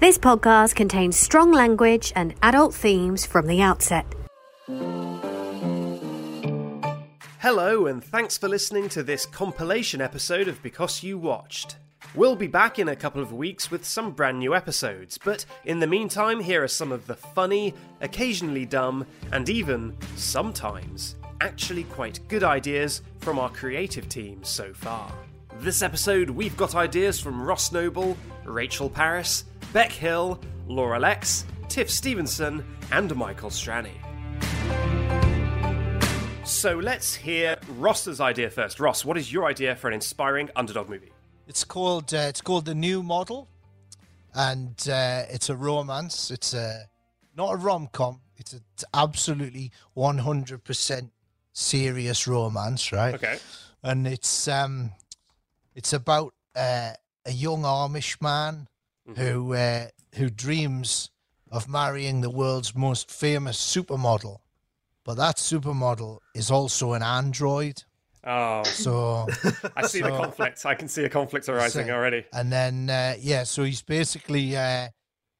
This podcast contains strong language and adult themes from the outset. Hello, and thanks for listening to this compilation episode of Because You Watched. We'll be back in a couple of weeks with some brand new episodes, but in the meantime, here are some of the funny, occasionally dumb, and even, sometimes, actually quite good ideas from our creative team so far. This episode, we've got ideas from Ross Noble, Rachel Paris, Beck Hill, Laura Lex, Tiff Stevenson, and Michael Strani. So let's hear Ross's idea first. Ross, what is your idea for an inspiring underdog movie? It's called uh, it's called the New Model, and uh, it's a romance. It's a not a rom com. It's, a- it's absolutely one hundred percent serious romance, right? Okay. And it's um, it's about uh, a young Amish man who uh, who dreams of marrying the world's most famous supermodel, but that supermodel is also an android. Oh, So. I see the So- conflict. I can see a conflict arising So- already. And then uh, yeah, so he's basically uh,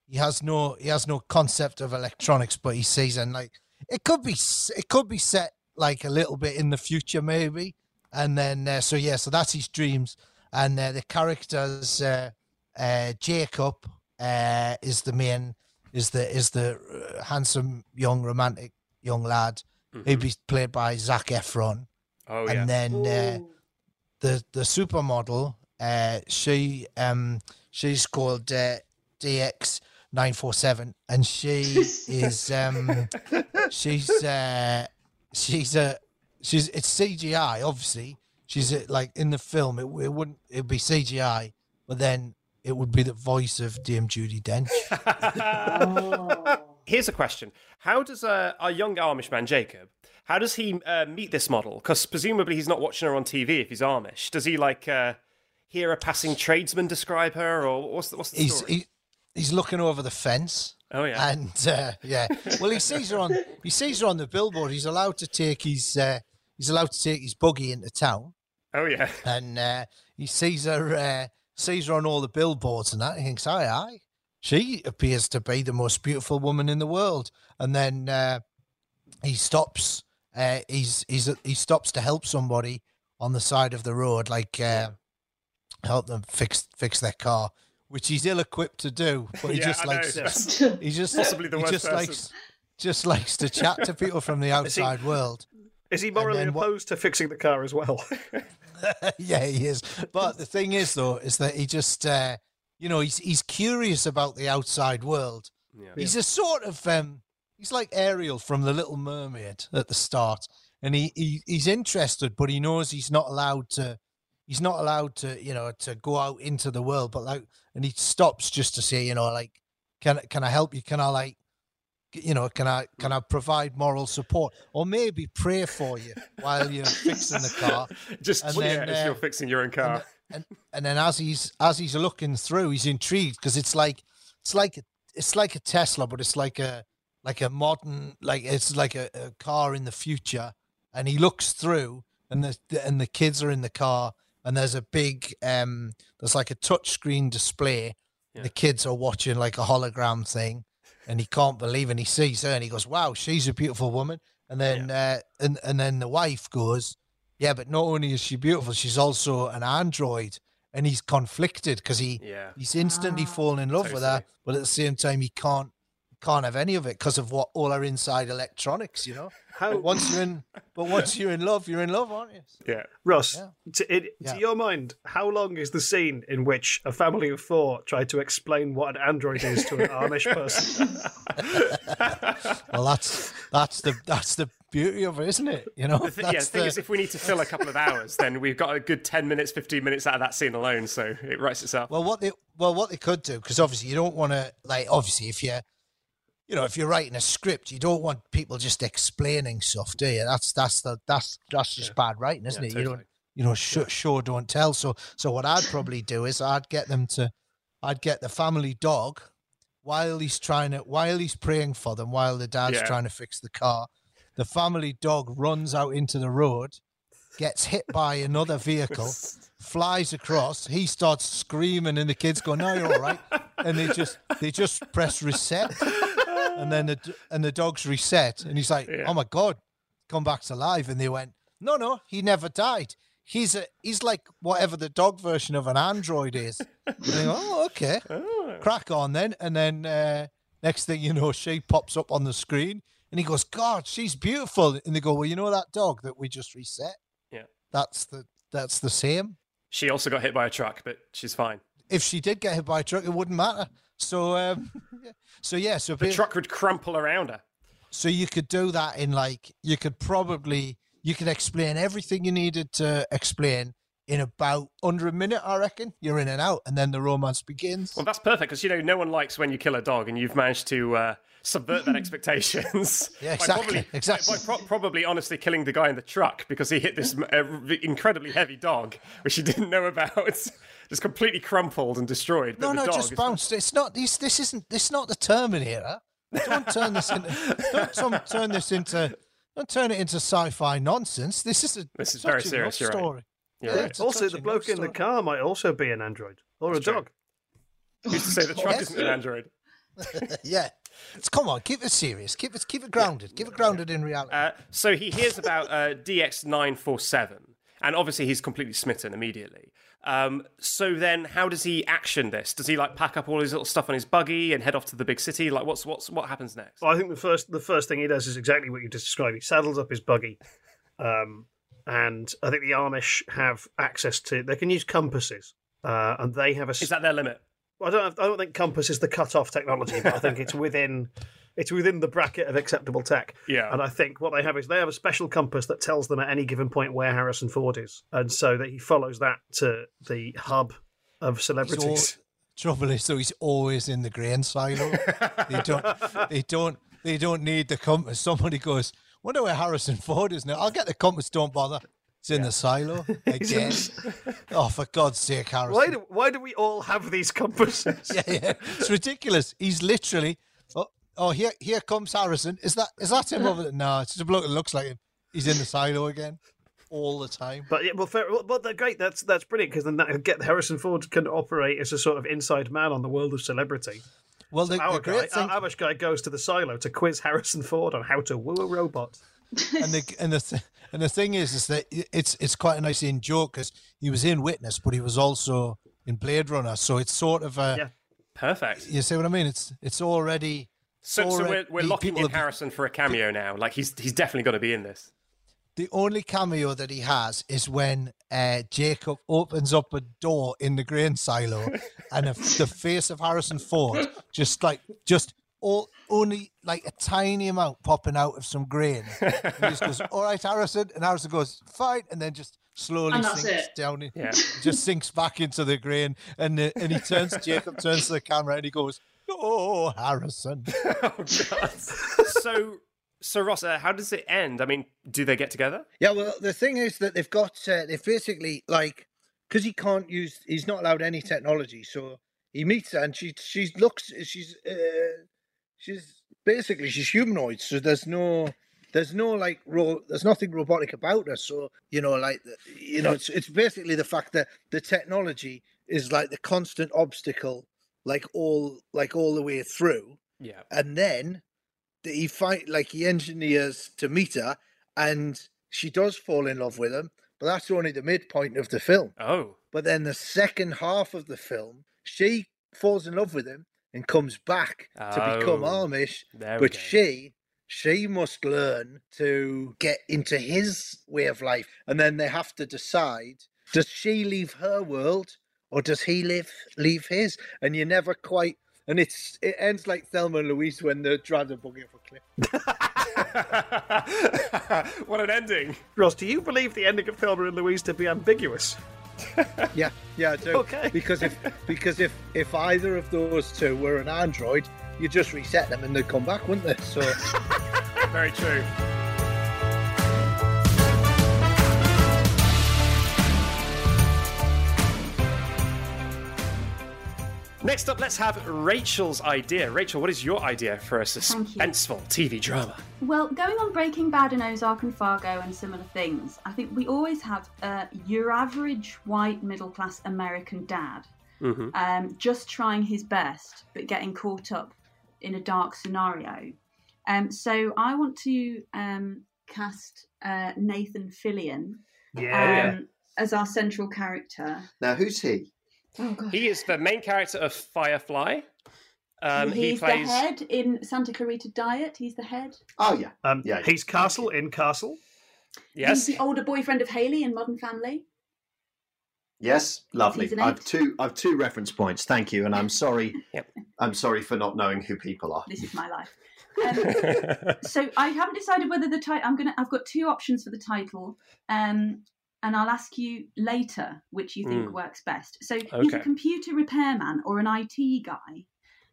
he has no he has no concept of electronics, but he sees and like it could be s- it could be set like a little bit in the future maybe. And then uh, so yeah, so that's his dreams. And uh, the characters uh, uh, Jacob uh, is the main is the is the uh, handsome young romantic young lad. He'd be played by Zach Efron Mm-hmm. Oh yeah. and then uh, the the supermodel uh, she um she's called uh, DX nine four seven and she is um she's uh she's a she's it's CGI obviously she's a, like in the film it, it wouldn't it'd be CGI but then it would be the voice of Dame Judy Dench Here's a question: How does uh, our young Amish man Jacob? How does he uh, meet this model? Because presumably he's not watching her on TV if he's Amish. Does he like uh, hear a passing tradesman describe her, or what's the, what's the he's story? he, he's looking over the fence oh yeah. And uh, yeah, well, he sees her on he sees her on the billboard. He's allowed to take his uh, he's allowed to take his buggy into town, oh yeah. and uh, he sees her uh, sees her on all the billboards and that. He thinks, aye, aye, she appears to be the most beautiful woman in the world. And then uh, he stops. Uh, he's he's he stops to help somebody on the side of the road, like uh, help them fix fix their car, which he's ill equipped to do. But he Yeah, just I like know. he just Possibly the he worst just person. likes just likes to chat to people from the outside world. Is he morally then what- opposed to fixing the car as well? yeah, he is. But the thing is, though, is that he just uh, you know he's he's curious about the outside world. He's a sort of um, he's like Ariel from The Little Mermaid at the start, and he, he he's interested, but he knows he's not allowed to. He's not allowed to, you know, to go out into the world. But like, and he stops just to say, you know, like, can I- can I help you? Can I like, you know, can I can I provide moral support or maybe pray for you while you're fixing the car? Just and yeah, then, if you're uh, fixing your own car. and and then as he's as he's looking through, he's intrigued because it's like it's like a- it's like a Tesla, but it's like a like a modern like it's like a, a car in the future. And he looks through, and the the- and the kids are in the car, and there's a big um there's like a touchscreen display. The kids are watching like a hologram thing, and he can't believe, and he sees her, and he goes, "Wow, she's a beautiful woman." And then uh, and and then the wife goes, yeah, but not only is she beautiful, she's also an android, and he's conflicted because he Yeah. he's instantly fallen in love with her, but at the same time he can't can't have any of it because of what all her inside electronics, you know. How But once you're in, but once you're in love, you're in love, aren't you? yeah. Russ, Yeah. to, it, Yeah. to your mind, how long is the scene in which a family of four try to explain what an android is to an Amish person? Well, that's that's the that's the beauty of it, isn't it? You know, The th- yeah, the That's thing is, if we need to fill a couple of hours, then we've got a good 10 minutes, 15 minutes out of that scene alone, so it writes itself. Well, what they well what they could do because obviously you don't want to like obviously if you you know if you're writing a script you don't want people just explaining stuff, do you? That's that's the that's that's just bad writing, isn't Yeah, it? You totally. don't you know sure sure don't tell. So so what I'd probably do is I'd get them to I'd get the family dog while he's trying to while he's praying for them while the dad's Yeah. trying to fix the car. The family dog runs out into the road, gets hit by another vehicle, flies across. He starts screaming, and the kids go, "No, you're all right." And they just they just press reset, and then the d- and the dog's reset, and he's like, Yeah. "Oh my god, come back to life!" And they went, "No, no, he never died. He's a he's like whatever the dog version of an android is." And they go, "Oh, okay, crack on then." And then uh, next thing you know, she pops up on the screen. And he goes, God, she's beautiful. And they go, Well, you know that dog that we just reset? Yeah. That's the that's the same. She also got hit by a truck, but she's fine. If she did get hit by a truck, it wouldn't matter. So um so yeah, so The ba- truck would crumple around her. so you could do that in like you could probably you could explain everything you needed to explain in about under a minute, I reckon. You're in and out, and then the romance begins. Well, that's perfect because you know no one likes when you kill a dog, and you've managed to uh, subvert that expectations. Yeah, by exactly, probably, exactly. By, by pro- probably, honestly, killing the guy in the truck because he hit this uh, incredibly heavy dog, which he didn't know about. just completely crumpled and destroyed. But No, the no, dog just is- bounced. It's not this. This isn't. This not the Terminator. Don't turn this into. don't some, turn this into. Don't turn it into sci-fi nonsense. This is a. This is such very a serious, love you're right. story. You're Yeah, right. it's a Also, the touching bloke in love the story. car might also be an android or That's a true. dog. Who's to say the truck isn't an android? yeah. It's, come on, keep it serious. Keep it. Keep it grounded. Keep it grounded in reality. Uh, so he hears about uh, DX947, and obviously he's completely smitten immediately. Um, so then, how does he action this? Does he like pack up all his little stuff on his buggy and head off to the big city? Like, what's what's what happens next? Well, I think the first the first thing he does is exactly what you just described. He saddles up his buggy, um, and I think the Amish have access to. They can use compasses, uh, and they have a. s- Is that their limit? I don't. Have, I don't think compass is the cut-off technology, but I think it's within. It's within the bracket of acceptable tech. Yeah. And I think what they have is they have a special compass that tells them at any given point where Harrison Ford is, and so that he follows that to the hub of He's al- celebrities. trouble is, though, he's always in the grain silo. they don't. They don't. They don't need the compass. Somebody goes. Wonder where Harrison Ford is now. I'll get the compass. Don't bother. It's in the silo again. oh, for God's sake, Harrison! Why do Why do we all have these compasses? yeah, yeah. It's ridiculous. He's literally, oh, oh, here, here comes Harrison. Is that is that Uh-huh. him over there? No, it's just a bloke that looks like him. He's in the silo again, all the time. But yeah, well, fair, well, but they're great. That's that's brilliant because then that get Harrison Ford can operate as a sort of inside man on the world of celebrity. Well, the, Our the guy, great thing, our Amish guy, goes to the silo to quiz Harrison Ford on how to woo a robot. and the and the th- and the thing is, is that i- it's it's quite a nice in joke because he was in Witness, but he was also in Blade Runner, so it's sort of a. Yeah. Perfect. You see what I mean? It's it's already. So, so we're, already- we're locking people in have- Harrison for a cameo now. Like he's he's definitely got to be in this. The only cameo that he has is when uh, Jacob opens up a door in the grain silo, and if the face of Harrison Ford just like just all only like a tiny amount popping out of some grain. And he just goes, "All right, Harrison," and Harrison goes, "Fine," and then just slowly And that's sinks it. down. In, Yeah. just sinks back into the grain, and the, and he turns. Jacob turns to the camera and he goes, "Oh, Harrison." so, so Ross, uh, how does it end? I mean, do they get together? Yeah, well, the thing is that they've got uh, they've basically like because he can't use he's not allowed any technology, so he meets her and she she looks she's uh, she's basically she's humanoid, so there's no there's no like ro- there's nothing robotic about her, so you know like the- you know it's it's basically the fact that the technology is like the constant obstacle, like all like all the way through Yeah. and then th- he fight like he engineers to meet her, and she does fall in love with him. But that's only the midpoint of the film. Oh. But then the second half of the film, she falls in love with him and comes back to become Oh, Amish. There we But go. she, she must learn to get into his way of life, and then they have to decide: does she leave her world or does he live leave his? And you never quite. and it's it ends like Thelma and Louise when they're driving buggy off a cliff. what an ending. Ross, do you believe the ending of Thelma and Louise to be ambiguous? Yeah, yeah, I do. Okay. Because if because if if either of those two were an android, you just reset them and they'd come back, wouldn't they? So Very true. Next up, let's have Rachel's idea. Rachel, what is your idea for a Thank you. suspenseful TV drama? Well, going on Breaking Bad and Ozark and Fargo and similar things, I think we always have uh, your average white middle class American dad Hmm. um, just trying his best but getting caught up in a dark scenario. Um, so I want to um, cast uh, Nathan Fillion oh, Yeah. um, as our central character. Now, who's he? Oh, God. He is the main character of Firefly. Um, He's he plays. the head in Santa Clarita Diet. He's the head. Oh, yeah. Um, Yeah, yeah. he's Castle in Castle. Yes. He's the older boyfriend of Haley in Modern Family. Yes, lovely. Season I've eight. two. I've two reference points. Thank you, and I'm sorry. Yep. I'm sorry for not knowing who people are. This is my life. Um, so I haven't decided whether the title. I'm gonna. I've got two options for the title, um, and I'll ask you later which you think Mm. works best. So he's Okay. a computer repairman or an IT guy,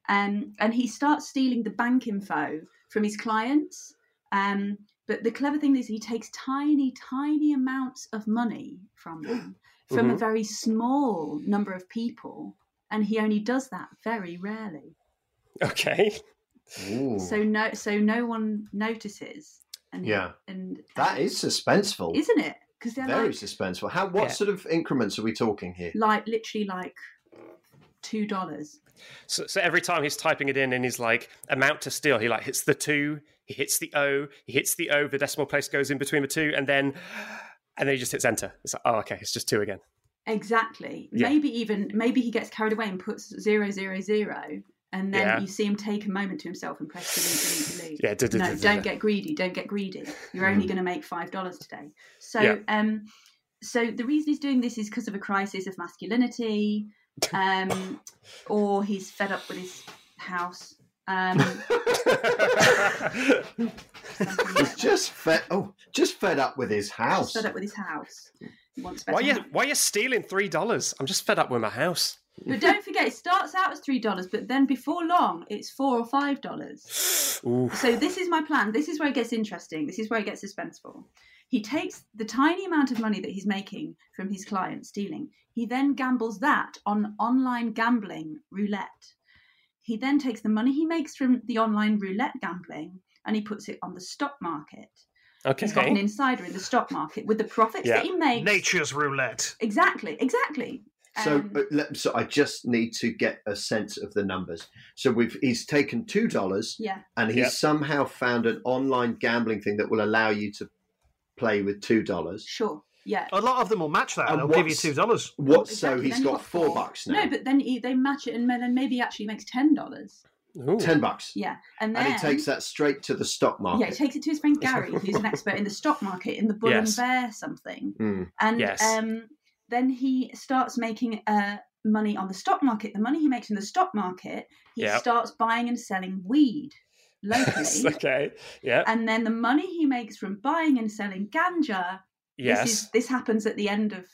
um, and he starts stealing the bank info from his clients. Um, but the clever thing is he takes tiny, tiny amounts of money from them, from a Mhm. very small number of people, and he only does that very rarely. okay. Ooh, So no, so no one notices. And, Yeah. and uh, that is Oh. suspenseful. isn't it? Because they're Very like, suspenseful. How? What Yeah. sort of increments are we talking here? like literally like two dollars. So, so every time he's typing it in and he's like amount to steal, he like hits the two, he hits the O, he hits the O, the decimal place goes in between the two, and then and then he just hits enter. It's like, oh okay, it's just two again. Exactly. Yeah. Maybe even maybe he gets carried away and puts zero zero zero, and then Yeah. you see him take a moment to himself and press delete delete delete. Yeah, duh, duh, duh, no, duh, don't duh. get greedy. Don't get greedy. You're only going to make five dollars today. So, Mm. Yeah. um, so the reason he's doing this is because of a crisis of masculinity, um, or he's fed up with his house. Um, something like He's that. just fed. Oh, just fed up with his house. fed up with his house. He wants better Why you house. why you stealing three dollars? I'm just fed up with my house. But don't forget, it starts out as three dollars, but then before long, it's four or five dollars. Ooh. So this is my plan. This is where it gets interesting. This is where it gets suspenseful. He takes the tiny amount of money that he's making from his client stealing. He then gambles that on online gambling roulette. He then takes the money he makes from the online roulette gambling and he puts it on the stock market. He's got an Okay. insider in the stock market with the profits Yeah. that he makes. Nature's Roulette. Exactly, exactly. So, Um, uh, let, so I just need to get a sense of the numbers. So we've he's taken two dollars yeah. and he's Yeah. somehow found an online gambling thing that will allow you to play with two dollars. Sure. Yeah. A lot of them will match that. And They'll give you what's- two dollars. What? So Exactly, he's then got four, bucks now. No, but then he, they match it, and then maybe he actually makes ten dollars. Ooh. ten bucks, Yeah, and then and he takes that straight to the stock market. yeah, he takes it to his friend Gary, who's an expert in the stock market in the bull Yes. and bear something, Mm. and Yes. um, then he starts making uh, money on the stock market. The money he makes in the stock market, he Yep. starts buying and selling weed locally, okay. Yeah. and then the money he makes from buying and selling ganja yes. This, is, this happens at the end of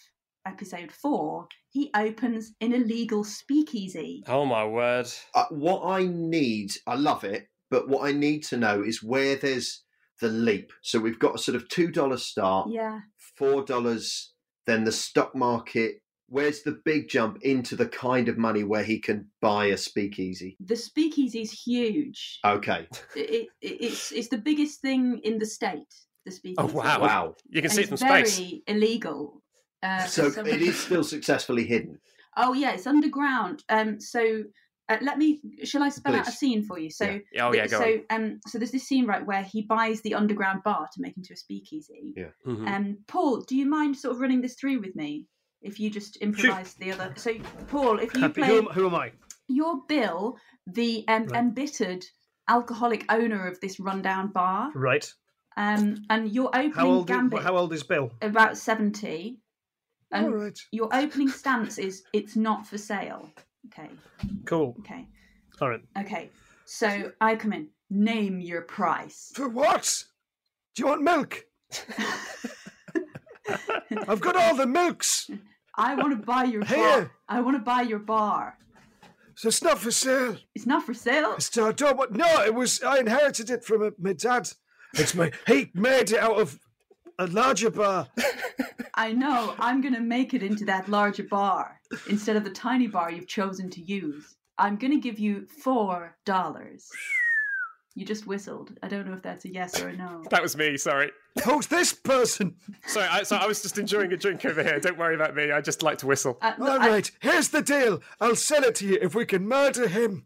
episode four. He opens an illegal speakeasy. Oh my word. Uh, what I need, I love it, but what I need to know is where there's the leap. So we've got a sort of two dollar Oh. start, Yeah. four dollars, then the stock market. Where's the big jump into the kind of money where he can buy a speakeasy? The speakeasy is huge. Okay, It, it, it's, it's the biggest thing in the state, the speakeasy. Oh, wow. wow. You can And see it it's from very space. illegal. Uh, for So someone- it is still successfully hidden. Oh, yeah, it's underground. Um, so uh, let me, shall I spell out a Please. scene for you? So Yeah. Oh yeah, th- go so, um, so there's this scene, right, where he buys the underground bar to make into a speakeasy. on. Mm-hmm. Mhm. Um, Paul, do you mind sort of running this through with me? If you just improvise the other. So, Paul, if you Happy- play, Who, am- who am I? you're Bill, the um, Right. embittered alcoholic owner of this rundown bar, Right. um, and you're opening How old? gambit How old is Bill? about seventy, All and right. your opening stance is it's not for sale. Okay, Cool. okay. All right. Okay, so I come in. Name your price. For what? Do you want milk? I've got all the milks. I want to buy your bar. Here. I want to buy your bar. So it's not for sale. It's not for sale. It's I don't want. No, it was. I inherited it from uh, my dad. It's my. He made it out of a larger bar. Uh, I know. I'm going to make it into that larger bar instead of the tiny bar you've chosen to use. I'm going to give you four dollars. You just whistled. I don't know if that's a yes or a no. That was me, sorry. Who's this person? Sorry, I, so I was just enjoying a drink over here. Don't worry about me. I just like to whistle. Uh, All look, right. I- Here's the deal. I'll sell it to you if we can murder him.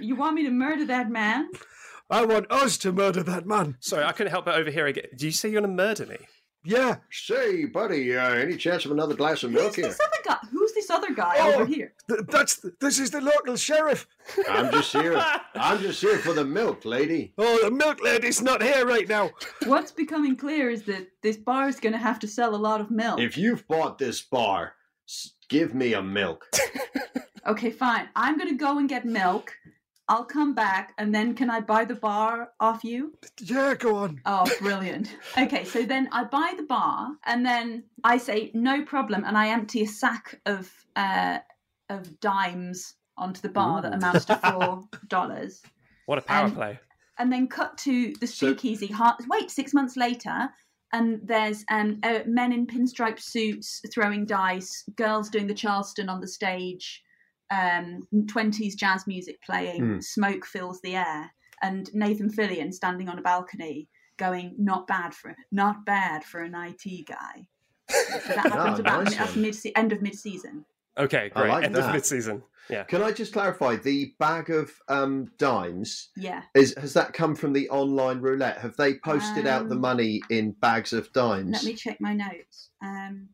you want me to murder that man? I want us to murder that man. Sorry, I couldn't help but overhear again. Do you say you're going to murder me? Yeah. Say, buddy, uh, any chance of another glass of Who's milk here? this other guy? Who's this other guy Oh. over here? Th- that's. th- This is the local sheriff. I'm just here. I'm just here for the milk, lady. Oh, the milk lady's not here right now. What's becoming clear is that this bar is going to have to sell a lot of milk. If you've bought this bar, s- give me a milk. Okay, fine. I'm going to go and get milk. I'll come back, and then can I buy the bar off you? Yeah, go on. Oh, brilliant. Okay, so then I buy the bar, and then I say no problem, and I empty a sack of uh, of dimes onto the bar that amounts to four dollars. What a power Um, play. and then cut to the So- speakeasy. Heart. Wait, six months later, and there's um, uh, men in pinstripe suits throwing dice, girls doing the Charleston on the stage, um, 20s jazz music playing, Hmm. smoke fills the air, and Nathan Fillion standing on a balcony going, "Not bad for not bad for an IT guy." So that Ah, happens about nice that's one. mid end of mid season. Okay, I great. like End of that. mid season. Yeah. Can I just clarify the bag of um, dimes? Yeah, Is has that come from the online roulette? Have they posted out the Um, money in bags of dimes? let me check my notes. Um,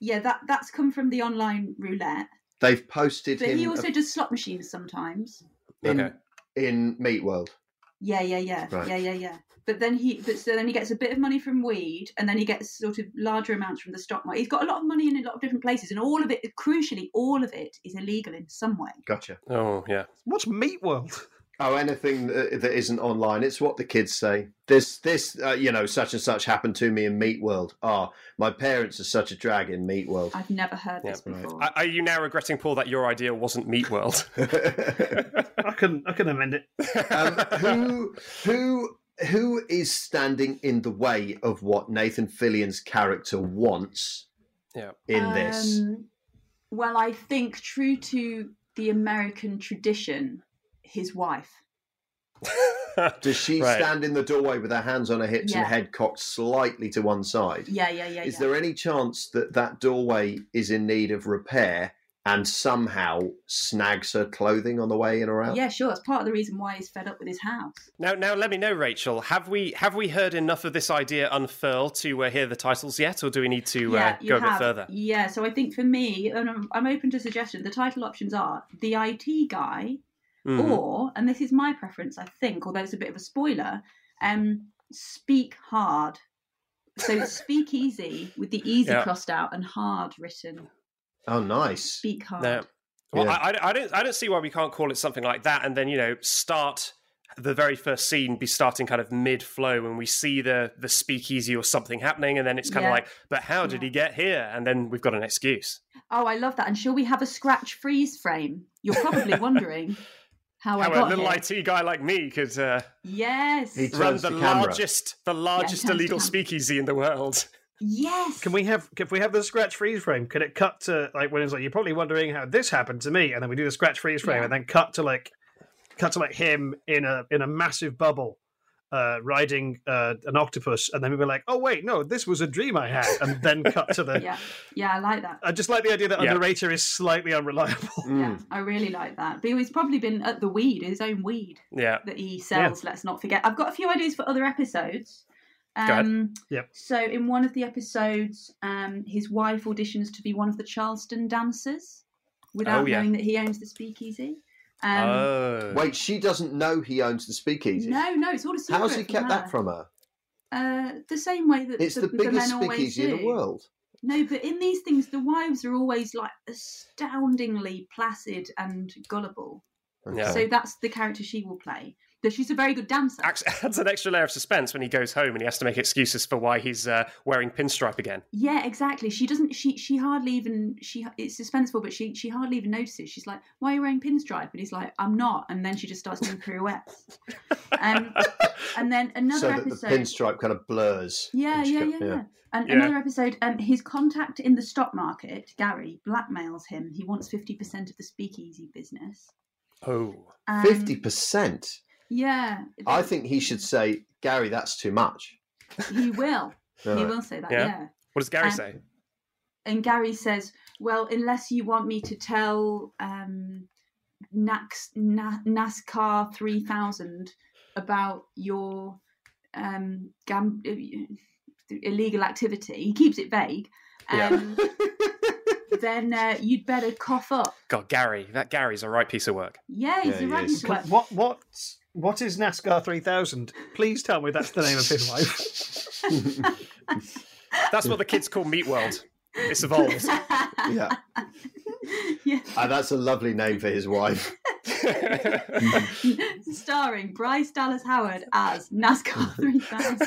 yeah, that that's come from the online roulette. They've posted But him he a- also does slot machines sometimes. in Okay. in Meat World. Yeah, yeah, yeah, Right. yeah, yeah, yeah. But then he, but so then he gets a bit of money from weed, and then he gets sort of larger amounts from the stock market. He's got a lot of money in a lot of different places, and all of it, crucially, all of it is illegal in some way. Gotcha. Oh, yeah. What's Meat World? Oh, anything that that isn't online. It's what the kids say. This, this, uh, you know, such and such happened to me in Meat World. Ah, my parents are such a drag in Meat World. I've never heard Yeah, this right. before. Are, are you now regretting, Paul, that your idea wasn't Meat World? I can I can amend it. um, who, who, who is standing in the way of what Nathan Fillion's character wants Yeah. in this? Um, well, I think true to the American tradition, his wife. Does she Right. stand in the doorway with her hands on her hips Yeah. and head cocked slightly to one side? Yeah, yeah, yeah. is yeah. there any chance that that doorway is in need of repair and somehow snags her clothing on the way in or out? yeah, sure. It's part of the reason why he's fed up with his house. Now, now, let me know, Rachel. Have we have we heard enough of this idea unfurl to uh, hear the titles yet, or do we need to uh, you go a bit have. further? Yeah, so I think for me, and I'm, I'm open to suggestion. The title options are the IT guy, Mhm. or and this is my preference, I think, although it's a bit of a spoiler. Um, speak hard. So speak easy with the easy Yeah. crossed out and hard written. Oh, nice. Speak hard. No. Well, Yeah. I, I- I don't. I don't see why we can't call it something like that, and then you know, start the very first scene be starting kind of mid flow, and we see the the speakeasy or something happening, and then it's kind Yeah. of like, but how did Yeah. he get here? And then we've got an excuse. Oh, I love that. And shall we have a scratch freeze frame? You're probably wondering how, I how a got little here. IT guy like me could uh, Yes. He turns run the to camera. largest the largest turns to illegal camera. speakeasy in the world. Yes. Can we have if we have the scratch freeze frame? Can it cut to like when it's like you're probably wondering how this happened to me, and then we do the scratch freeze frame, Yeah. and then cut to like cut to like him in a in a massive bubble, uh, riding uh, an octopus, and then we were like, oh wait, no, this was a dream I had, and then cut to the. Yeah. Yeah, I like that. I just like the idea that a Yeah. Mm. narrator is slightly unreliable. Yeah, I really like that. But he's probably been at the weed, his own weed Yeah. that he sells. Let's not forget. I've got a few ideas for other episodes. ahead. Um, Yep. So in one of the episodes, um, his wife auditions to be one of the Charleston dancers without Oh, yeah. knowing that he owns the speakeasy. Um, oh. Wait, she doesn't know he owns the speakeasy. no, no, it's all a secret. How's he kept that her. from her? Uh, the same way that It's the, men biggest always speakeasy in the do. world. No, but in these things, the wives are always like astoundingly placid and gullible. Okay. So that's the character she will play. That she's a very good dancer. Acts- adds an extra layer of suspense when he goes home and he has to make excuses for why he's uh, wearing pinstripe again. Yeah, exactly. She doesn't. She she hardly even she. It's suspenseful, but she she hardly even notices. She's like, "Why are you wearing pinstripe?" And he's like, "I'm not." And then she just starts doing pirouettes. Um, and then so another that episode. the pinstripe kind of blurs. yeah, each yeah, co- yeah, yeah. And Yeah. another episode. Um, his contact in the stock market, Gary, blackmails him. He wants fifty percent of the speakeasy business. Oh. Um, Fifty percent. Yeah, I think he should say, Gary, that's too much. he will. He Right. will say that. Yeah. yeah. What does Gary Um, say? and Gary says, "Well, unless you want me to tell um, Nax, Na, NASCAR 3000 about your um, gam- illegal activity," he keeps it vague. Yeah. Um, then uh, you'd better cough up. God, Gary. That Gary's a right piece of work. Yeah, he's Yeah, the he right is. to work. What what what is NASCAR 3000? Please tell me that's the name of his wife. That's what the kids call Meat World. It's evolved. Yeah. yeah. Ah, that's a lovely name for his wife. Starring Bryce Dallas Howard as NASCAR 3000.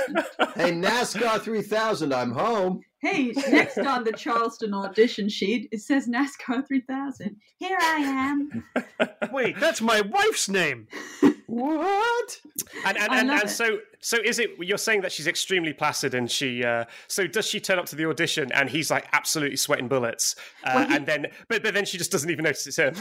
hey, NASCAR 3000, I'm home. Hey, next on the Charleston audition sheet, it says NASCAR 3000. Here I am. Wait, that's my wife's name. What? and and, I and, love and it. so so is it you're saying that she's extremely placid and she uh, so does she turn up to the audition and he's like absolutely sweating bullets uh, Well, he- and then but, but then she just doesn't even notice it's him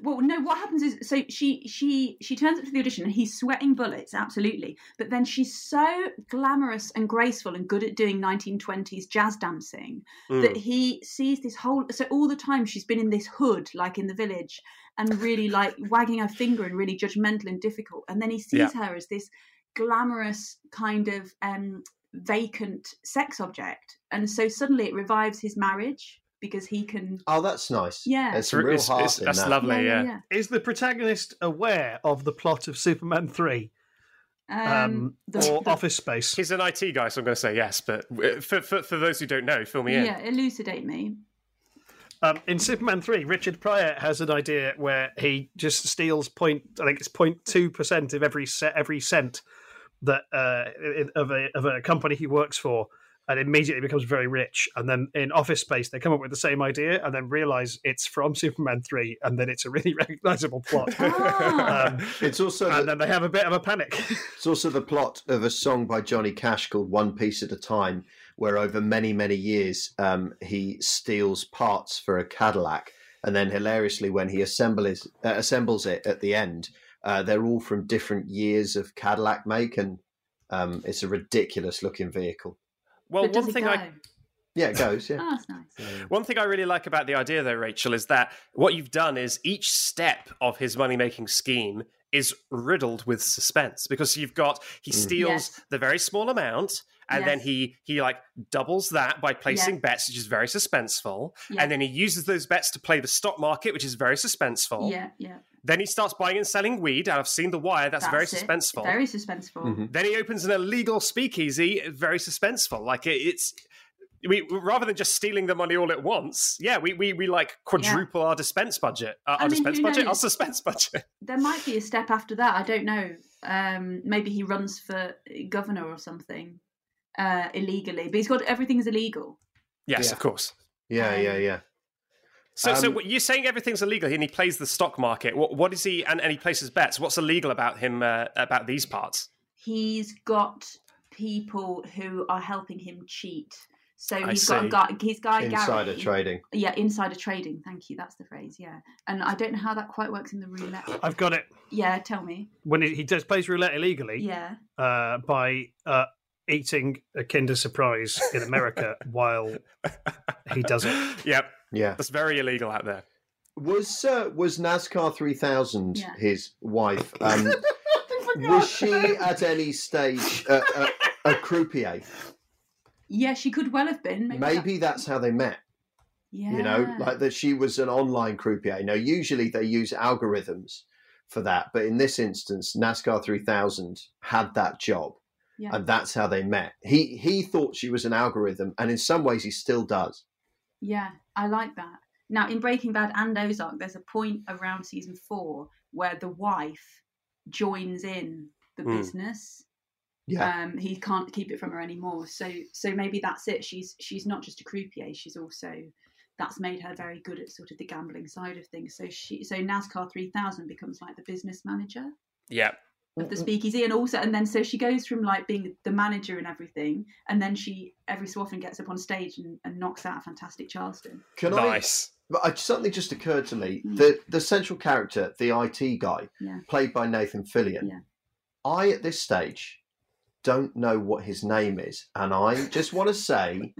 Well, no, what happens is so she she she turns up to the audition and he's sweating bullets, absolutely. But then she's so glamorous and graceful and good at doing 1920s jazz dancing that he sees this whole so all the time she's been in this hood like in the village and really like wagging her finger and really judgmental and difficult and then he sees Yeah. her as this glamorous kind of um vacant sex object and so suddenly it revives his marriage because he can Oh, that's nice. Yeah. It's real It's- heart it's- in that's that. lovely Oh, yeah, Is the protagonist aware of the plot of Superman 3 um, yeah. the- or the- Office Space? he's an IT guy so I'm going to say yes but uh, for, for for those who don't know fill me in yeah elucidate me Um, in Superman 3, Richard Pryor has an idea where he just steals point, I think it's 0.2% of every se- every cent that uh, i- of, a, of a company he works for and immediately becomes very rich. And then in Office Space, they come up with the same idea and then realize it's from Superman 3 and then it's a really recognizable plot. Ah. um, It's also and the, then they have a bit of a panic. it's also the plot of a song by Johnny Cash called One Piece at a Time, where over many, many years um, he steals parts for a Cadillac. And then hilariously, when he assembles, uh, assembles it at the end, uh, they're all from different years of Cadillac make. And um, it's a ridiculous looking vehicle. well But does one it thing go? I Yeah, it goes. Yeah. oh, that's nice One thing I really like about the idea, though, Rachel, is that what you've done is each step of his money making scheme is riddled with suspense because you've got he steals Yes. the very small amount and then Yes. he he like doubles that by placing Yeah. bets which is very suspenseful Yeah. and then he uses those bets to play the stock market which is very suspenseful yeah yeah then he starts buying and selling weed and i've seen the wire that's, very it. suspenseful very suspenseful Mm-hmm. then he opens an illegal speakeasy very suspenseful like it, it's we rather than just stealing the money all at once yeah we we, we like quadruple our dispense budget uh, our I mean, dispense who budget our knows? suspense budget there might be a step after that. I don't know. Um, maybe he runs for governor or something uh, illegally, but he's got everything's illegal. yes Yeah. of course Yeah, yeah, Um, yeah. so so Um, what- you're saying everything's illegal and he plays the stock market what what is he and, and he places bets what's illegal about him uh, about these parts He's got people who are helping him cheat. So I he's got a see. guy. His guy Insider Gary. trading. Yeah, insider trading. Thank you. That's the phrase. Yeah, and I don't know how that quite works in the roulette. I've got it. Yeah, tell me. When he, he does plays roulette illegally, Yeah. uh, by uh, eating a Kinder Surprise in America while he does it. yep Yeah. that's very illegal out there Was uh, was NASCAR 3000 Yeah. his wife? Um, was she at any stage a, a, a croupier? Yeah, she could well have been. Maybe. that- Maybe that's how they met. yeah. You know, like that she was an online croupier. Now, usually they use algorithms for that, but in this instance, NASCAR 3000 had that job, Yeah. and that's how they met. He he thought she was an algorithm, and in some ways, he still does. Yeah, I like that. Now, in Breaking Bad and Ozark, there's a point around season four where the wife joins in the Hmm. business. Yeah. Um, he can't keep it from her anymore. So, so maybe that's it. She's she's not just a croupier. She's also that's made her very good at sort of the gambling side of things. So she so NASCAR 3000 becomes like the business manager Yeah. of the speakeasy and also and then so she goes from like being the manager and everything and then she every so often gets up on stage and, and knocks out fantastic charleston Can I? nice. But I, something just occurred to me. The the central character, the IT guy, Hmm. Yeah. played by Nathan Fillion. Yeah. I at this stage don't know what his name is, and I just want to say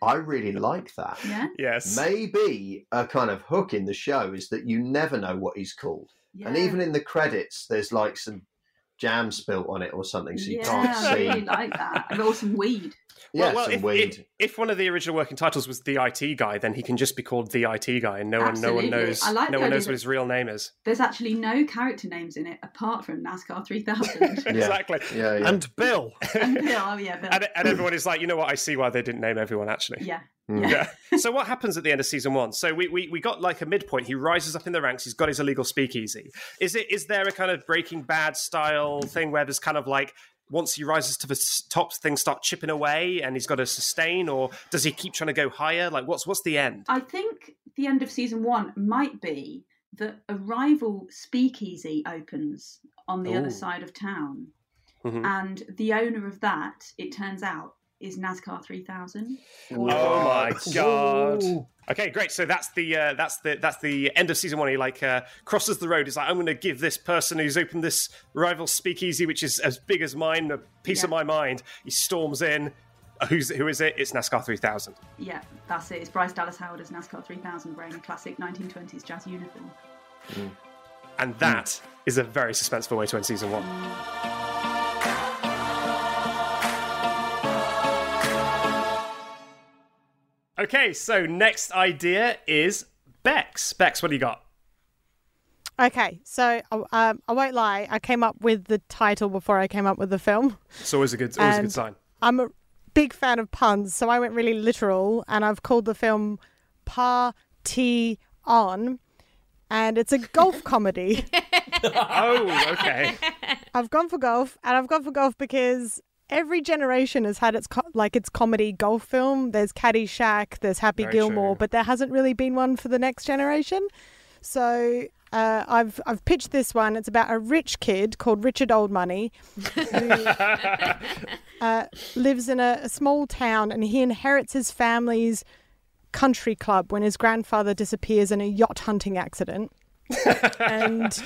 I really like that. yeah Yes. Maybe a kind of hook in the show is that you never know what he's called, yeah and even in the credits, there's like some jam spilt on it or something, so you yeah, can't I see. really like that. And also some weed. Yeah, well, well, some if, weed. If, if one of the original working titles was the IT guy, then he can just be called the IT guy, and no one, Absolutely. no one knows, I like no the one idea knows that- what his real name is. There's actually no character names in it apart from NASCAR 3000. Yeah. Exactly. yeah, yeah. And Bill. and Bill, oh yeah, Bill. And, and everyone is like, you know what? I see why they didn't name everyone actually. yeah, Mm. yeah. So what happens at the end of season one? So we, we we got like a midpoint. He rises up in the ranks. He's got his illegal speakeasy. Is it is there a kind of Breaking Bad style thing where there's kind of like once he rises to the s- top, things start chipping away, and he's got to sustain, or does he keep trying to go higher? Like what's what's the end? I think the end of season one might be that a rival speakeasy opens on the Ooh. other side of town. Mhm. And the owner of that, it turns out, is NASCAR 3000. Or- Oh my god! Okay, great. So that's the uh, that's the that's the end of season one. He like uh, crosses the road. He's like, I'm going to give this person who's opened this rival speakeasy, which is as big as mine, a piece of Yeah. my mind. He storms in. Uh, Who's who is it? It's NASCAR 3000. Yeah, that's it. It's Bryce Dallas Howard as NASCAR 3000 wearing a classic 1920s jazz uniform. And that is a very suspenseful way to end season one. Okay, so next idea is Bex. Bex, what do you got? Okay, so I- um, I won't lie. I came up with the title before I came up with the film. It's always a good always a And- good sign. I'm a big fan of puns, so I went really literal, and I've called the film Party On, and it's a golf comedy. Oh, okay. I've gone for golf, and I've gone for golf because every generation has had its co- like its comedy golf film. There's Caddyshack, there's Happy Very Gilmore, true. but there hasn't really been one for the next generation. So uh, I've I've pitched this one. It's about a rich kid called Richard Old Money uh, lives in a, a small town and he inherits his family's country club when his grandfather disappears in a yacht hunting accident. and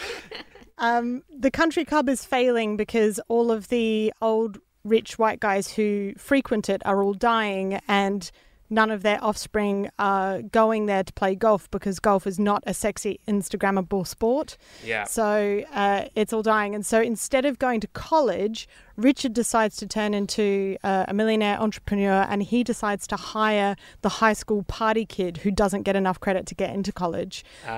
um, the country club is failing because all of the old rich white guys who frequent it are all dying and none of their offspring are going there to play golf because golf is not a sexy instagrammable sport Yeah. so uh, it's all dying. And so instead of going to college, Richard decides to turn into uh, a millionaire entrepreneur and he decides to hire the high school party kid who doesn't get enough credit to get into college. Um,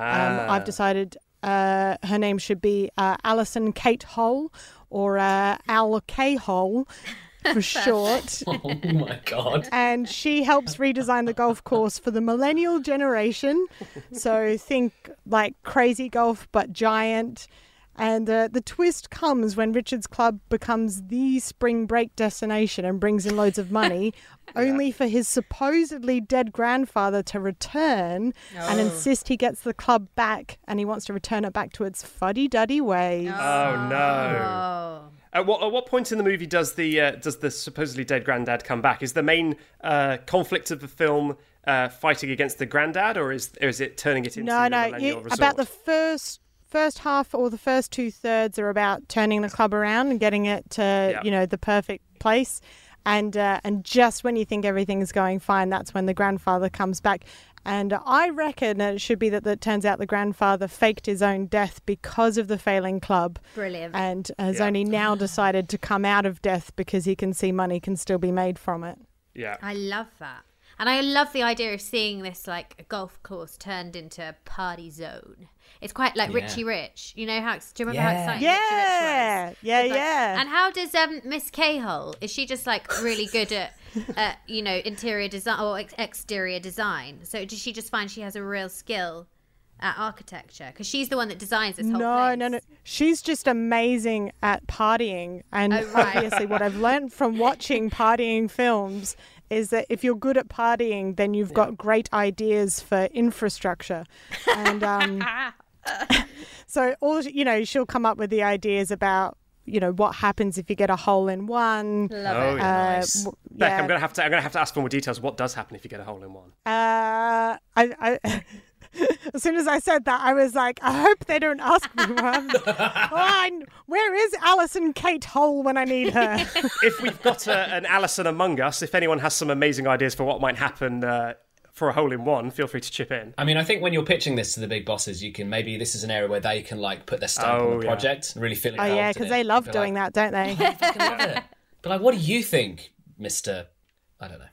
I've decided uh, her name should be uh, Alison Kate Hole or uh, Al K Hole for short. Oh my god. and she helps redesign the golf course for the millennial generation. So think like crazy golf, but giant. And uh, the twist comes when Richard's club becomes the spring break destination and brings in loads of money, only for his supposedly dead grandfather to return and insist he gets the club back and he wants to return it back to its fuddy duddy ways. Oh no. Oh. At what, at what point in the movie does the uh, does the supposedly dead granddad come back? Is the main uh, conflict of the film uh, fighting against the granddad, or is or is it turning it into no, the no. millennial you- resort? about the first first half or the first two thirds are about turning the club around and getting it to Yeah. you know the perfect place, and uh, and just when you think everything is going fine, that's when the grandfather comes back. And I reckon it should be that that turns out the grandfather faked his own death because of the failing club, Brilliant. and has Yeah. only now decided to come out of death because he can see money can still be made from it. yeah. I love that. And I love the idea of seeing this like golf course turned into a party zone. It's quite like Richie Rich. You know how ex- do you remember Yeah. how exciting Yeah. Richie Rich was? Yeah, With, like- yeah. And how does um Miss K Hole? Is she just like really good at uh, you know, interior design or ex- exterior design. So does she just find she has a real skill at architecture? Because she's the one that designs this no, whole no, no. She's just amazing at partying, and Oh, right. obviously, what I've learned from watching partying films is that if you're good at partying, then you've got great ideas for infrastructure, and um, so all you know, she'll come up with the ideas about you know what happens if you get a hole in one. Uh, Oh, yeah. nice. Beck, I'm gonna have to. I'm gonna have to ask for more details. What does happen if you get a hole in one? Uh, I, I as soon as I said that, I was like, I hope they don't ask me one. oh, I, where is Alison Kate Hole when I need her? if we've got a, an Alison among us, if anyone has some amazing ideas for what might happen uh, for a hole in one, feel free to chip in. I mean, I think when you're pitching this to the big bosses, you can maybe this is an area where they can like put their stamp Oh, on the yeah. project and really feel oh involved. yeah, because they love doing that, don't they? that. But like, what do you think, Mister? I don't know.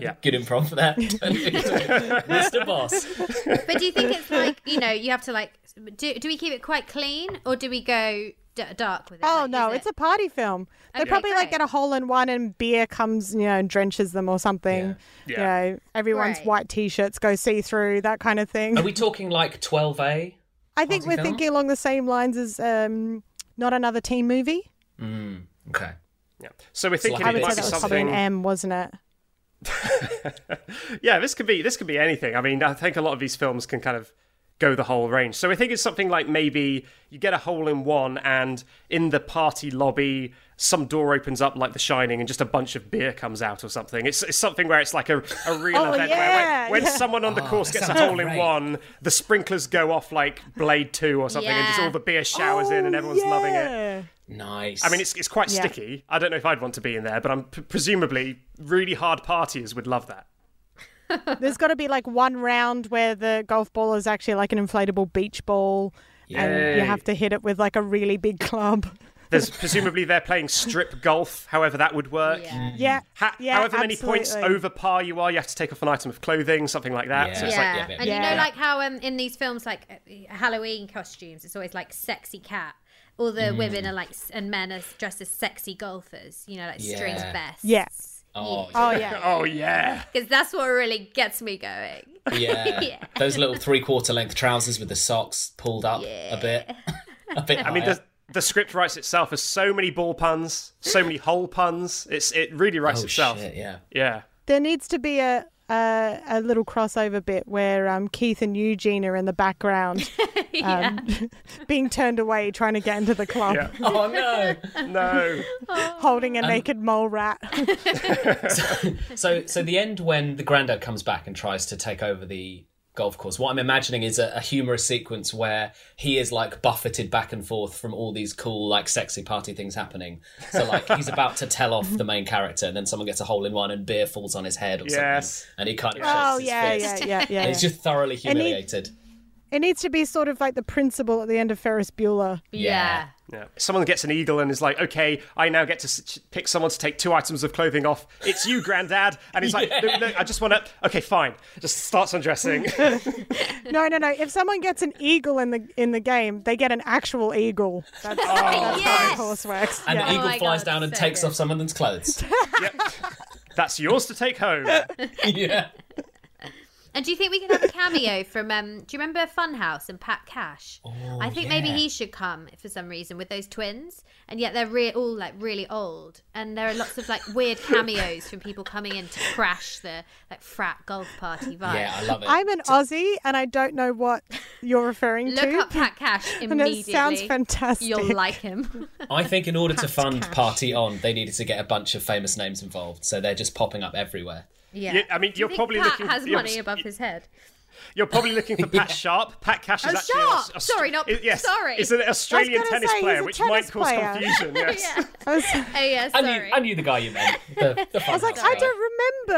Yeah. Good improv for that, Mister Boss. But do you think it's like you know you have to like do? Do we keep it quite clean or do we go d- dark with it? Oh no, it's a party film. They Okay, probably like great. get a hole in one and beer comes, you know, and drenches them or something. Yeah. You know, everyone's Right. white t-shirts go see-through, that kind of thing. Are we talking like 12A? I think party we're film? thinking along the same lines as um, not another teen movie. Mm, okay. Yeah. So we're thinking I it would might say be that was probably an something. M, wasn't it? yeah, this could be this could be anything. I mean, I think a lot of these films can kind of go the whole range. So I think it's something like maybe you get a hole in one, and in the party lobby, some door opens up like The Shining, and just a bunch of beer comes out or something. It's, it's something where it's like a, a real Oh, event yeah, where when, when yeah. someone on the Oh, course that gets a sounds hole in great. one, the sprinklers go off like Blade Two or something, and just Yeah. all the beer showers in, and everyone's loving it. Nice. I mean, it's it's quite Oh, Yeah. sticky. I don't know if I'd want to be in there, but I'm p- presumably really hard partiers would love that. There's got to be like one round where the golf ball is actually like an inflatable beach ball, and you Yay. have to hit it with like a really big club. There's presumably they're playing strip golf, however that would work. Mm. Yeah. Yeah, Mm. Ha- yeah, however many points absolutely. over par you are, you have to take off an item of clothing, something like that. So Yeah. it's like, yeah, and yeah. you know, Yeah. like how um, in these films, like uh, Halloween costumes, it's always like sexy cat. All the women are like, s- and men are dressed as sexy golfers. You know, like string Yeah. vests. Yeah. Oh, Oh yeah, oh yeah, Because that's what really gets me going. yeah. Yeah. Those little three quarter length trousers with the socks pulled up a bit. a bit. I mean, higher. the, the script writes itself as so many ball puns, so many hole puns. It's it really writes oh, itself. Shit, yeah. Yeah, there needs to be a. A, a little crossover bit where um, Keith and Eugene are in the background, um, being turned away, trying to get into the club, Yeah. Oh no. no, holding a naked mole rat. So, so the end when the granddad comes back and tries to take over the golf course. What I'm imagining is a, a humorous sequence where he is like buffeted back and forth from all these cool, like sexy party things happening. So, like he's about to tell off the main character, and then someone gets a hole in one, and beer falls on his head or Yes. something, and he kind of shakes oh his yeah, fist. yeah, yeah, yeah, And yeah. he's just thoroughly And he- humiliated. It needs to be sort of like the principal at the end of Ferris Bueller. Yeah. yeah. Someone gets an eagle and is like, "Okay, I now get to s- pick someone to take two items of clothing off. It's you, Grandad." And he's like, "No, no, I just want to." Okay, fine. Just starts undressing. No, no, no. If someone gets an eagle in the in the game, they get an actual eagle. That's, that's how the yes! Oh horse works. And yeah. Oh the eagle my flies God, down and so takes good. off someone's clothes. That's yours to take home. yeah. And do you think we can have a cameo from? Um, do you remember Funhouse and Pat Cash? Oh, I think maybe yeah. he should come for some reason with those twins, and yet they're re- all like really old, and there are lots of like weird cameos from people coming in to crash the like frat golf party vibe. Yeah, I love it. I'm an Aussie, and I don't know what you're referring Look to. up Pat Cash And immediately. it sounds fantastic. You'll like him. I think in order to Pat's fund cash. Party On, they needed to get a bunch of famous names involved. So they're just popping up everywhere. yeah. You- I mean, Do you you're think probably Pat looking- has you're- money above his head. You're probably looking for Pat Sharp. Pat Cash is Oh, actually Sharp! Sorry, not- is- yes, sorry. Is an Australian gonna tennis say, he's player, a which tennis might cause player. confusion. Yes. Yeah. I was, I Oh yeah. I Sorry. knew, I knew the guy you meant. The, the I was like, I don't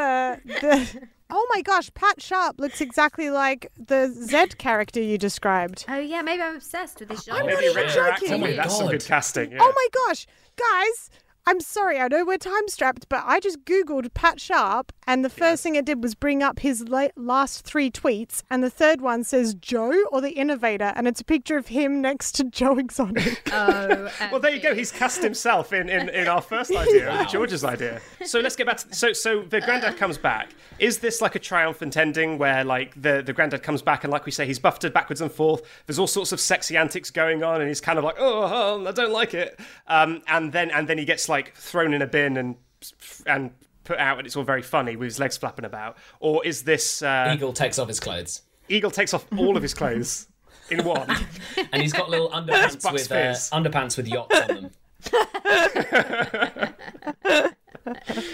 remember. The... Oh my gosh, Pat Sharp looks exactly like the Z character you described. Oh yeah. Maybe I'm obsessed with this genre. not Maybe even retroactively, joking. Oh my that's some God. good casting. Yeah. Oh my gosh, guys, I'm sorry, I know we're time strapped, but I just Googled Pat Sharp, and the first thing it did was bring up his la- last three tweets, and the third one says Joe or the Innovator, and it's a picture of him next to Joe Exotic. well, there you go. He's cast himself in, in, in our first idea, Wow. George's idea. So let's get back. To, so so the granddad comes back. Is this like a triumphant ending where like the the granddad comes back and like we say he's buffeted backwards and forth. There's all sorts of sexy antics going on, and he's kind of like, oh, oh, I don't like it. Um, and then and then he gets like thrown in a bin and and put out, and it's all very funny with his legs flapping about. Or is this uh, Eagle takes off his clothes? Eagle takes off all of his clothes in one. and he's got little underpants Buck with uh, Spears. underpants with yachts on them.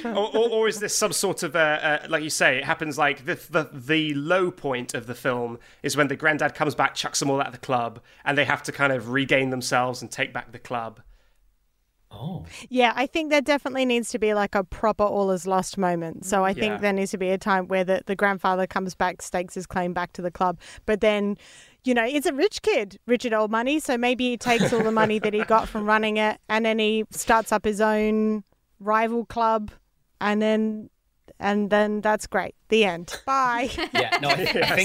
or, or, or is this some sort of uh, uh, like you say? It happens like the, the the low point of the film is when the granddad comes back, chucks them all out of the club, and they have to kind of regain themselves and take back the club. Oh, yeah, I think there definitely needs to be like a proper all is lost moment. So I Yeah. think there needs to be a time where the, the grandfather comes back, stakes his claim back to the club, but then, you know, it's a rich kid, Richard Old Money. So maybe he takes all the money that he got from running it and then he starts up his own rival club and then and then that's great. The end. Bye. yeah. No, I, I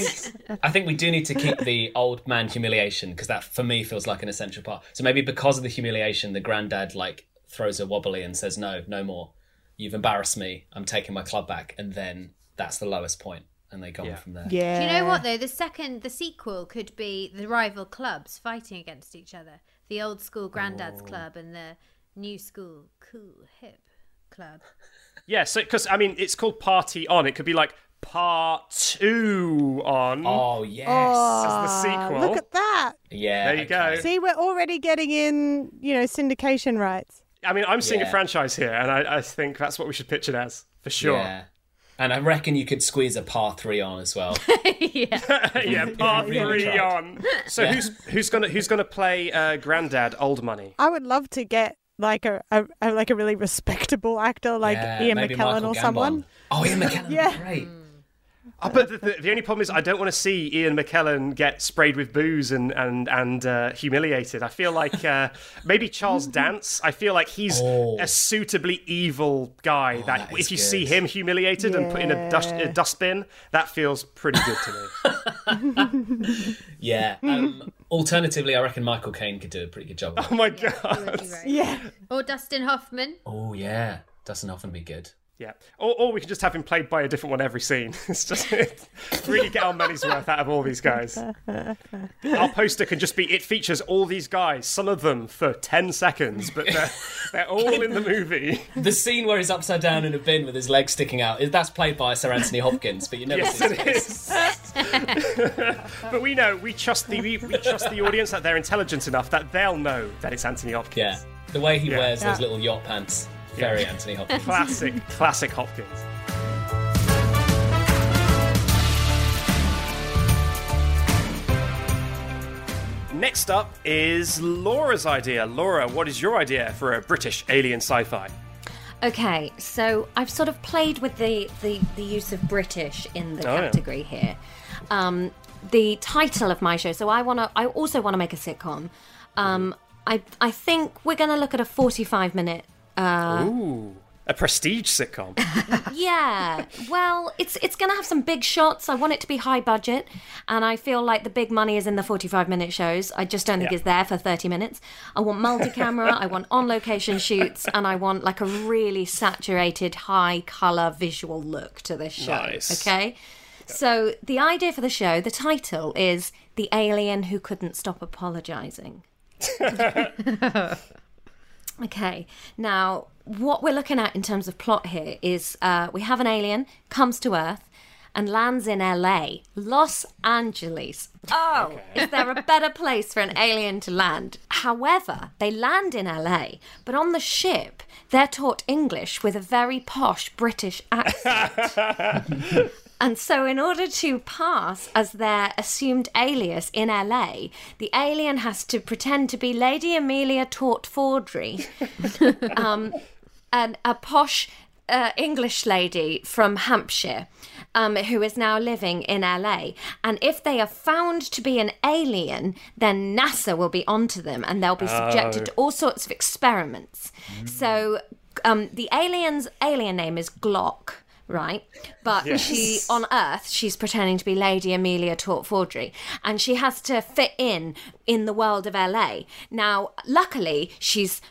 think I think we do need to keep the old man humiliation because that for me feels like an essential part. So maybe because of the humiliation, the granddad like throws a wobbly and says, "No, no more. You've embarrassed me. I'm taking my club back." And then that's the lowest point, and they go on from there. Do Uh, you know what though? The second, the sequel could be the rival clubs fighting against each other. The old school granddad's Oh. club and the new school cool hip club. Yeah, so because I mean, it's called Party On. It could be like Part Two On. Oh yes, Oh, as the sequel. Look at that. yeah, there you go. See, we're already getting in, you know, syndication rights. I mean, I'm seeing a Yeah. franchise here, and I, I think that's what we should pitch it as for sure. Yeah. And I reckon you could squeeze a par three on as well. yeah, part Yeah. three on. So Yeah. who's who's gonna who's gonna play uh, Granddad Old Money? I would love to get like a, a, a like a really respectable actor like Yeah, Ian maybe McKellen Michael or someone. Oh, Ian McKellen. yeah. Great. Oh, but the, the, the only problem is I don't want to see Ian McKellen get sprayed with booze and and and uh, humiliated. I feel like uh, maybe Charles Dance. I feel like he's a suitably evil guy. Oh. that, if you see him humiliated and put in a, dust, Yeah. a dustbin, that feels pretty good to me. Yeah. Um, alternatively, I reckon Michael Caine could do a pretty good job. Oh my god. Yeah. Or Dustin Hoffman. Oh yeah, Dustin Hoffman would be good. Yeah, or, or we can just have him played by a different one every scene. It's just really get our money's worth out of all these guys. Uh, Our poster can just be it features all these guys, some of them for ten seconds, but they're, they're all in the movie. The scene where he's upside down in a bin with his legs sticking out, that's played by Sir Anthony Hopkins, but you never Yes, see his it face. But we know we trust the we, we trust the audience that they're intelligent enough that they'll know that it's Anthony Hopkins. Yeah. The way he wears those Yeah. little yacht pants. Very Anthony Hopkins. Classic, classic Hopkins. Next up is Laura's idea. Laura, what is your idea for a British alien sci-fi? Okay, so I've sort of played with the the, the use of British in the Oh, yeah. category here. Um, the title of my show. So I want to. I also want to make a sitcom. Um, Mm-hmm. I I think we're going to look at a forty-five minute. Uh, Ooh, a prestige sitcom. yeah. Well, it's it's going to have some big shots. I want it to be high budget, and I feel like the big money is in the forty-five minute shows. I just don't think Yeah. it's there for thirty minutes. I want multi-camera. I want on-location shoots, and I want like a really saturated, high color visual look to this show. Nice. Okay. So the idea for the show, the title is "The Alien Who Couldn't Stop Apologizing." Okay. Now, what we're looking at in terms of plot here is uh, we have an alien comes to Earth and lands in LA, Los Angeles. Oh, is there a better place for an alien to land? However, they land in LA, but on the ship, they're taught English with a very posh British accent. And so, in order to pass as their assumed alias in LA, the alien has to pretend to be Lady Amelia Tort Fordry, um, and a posh. uh, English lady from Hampshire um, who is now living in LA. And if they are found to be an alien, then NASA will be onto them and they'll be subjected Oh. to all sorts of experiments. Mm-hmm. So um, the alien's alien name is Glock. Right, but Yes. she on Earth she's pretending to be Lady Amelia Tort Fordry, and she has to fit in in the world of LA. Now, luckily, she's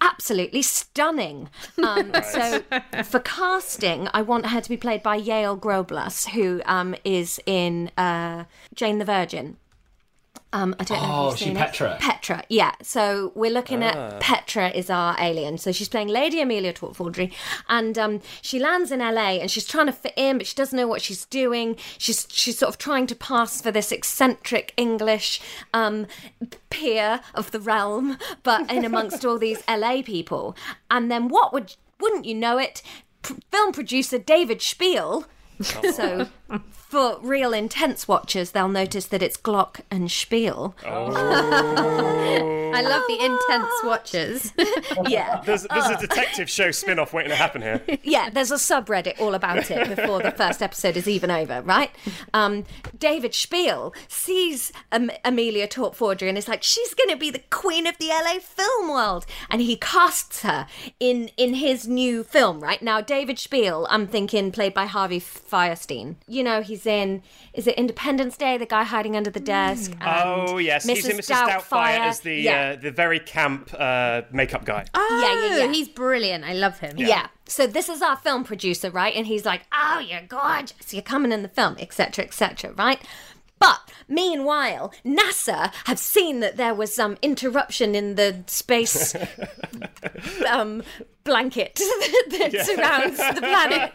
absolutely stunning. Um, Right. So for casting, I want her to be played by Yale Groblas, who um, is in uh, Jane the Virgin. Um, I don't know. Oh, if you've she seen it. Petra. Petra, yeah. So we're looking Ah. at Petra is our alien. So she's playing Lady Amelia Tortfordry, and um, she lands in LA, and she's trying to fit in, but she doesn't know what she's doing. She's she's sort of trying to pass for this eccentric English um, peer of the realm, but in amongst all these LA people. And then what would wouldn't you know it? P- film producer David Spiel. Oh. So for real intense watchers, they'll notice that it's Glock and Spiel. I love the intense watchers. yeah. There's, there's Ah. a detective show spin off waiting to happen here. yeah, there's a subreddit all about it before the first episode is even over, right? Um, David Spiel sees um, Amelia Tortfordry and is like, she's going to be the queen of the LA film world. And he casts her in, in his new film, right? Now, David Spiel, I'm thinking, played by Harvey Firestein. You know, he's in, is it Independence Day, the guy hiding under the desk? and Oh yes, he's in Mrs. Doubtfire, as the Yeah. uh, the very camp uh, makeup guy. yeah, yeah, Oh. yeah. He's brilliant. I love him. Yeah. So this is our film producer, right? And he's like, "Oh, you're gorgeous. You're coming in the film, etc., etc." Right? But meanwhile, NASA have seen that there was some interruption in the space um, blanket that Yeah. surrounds the planet.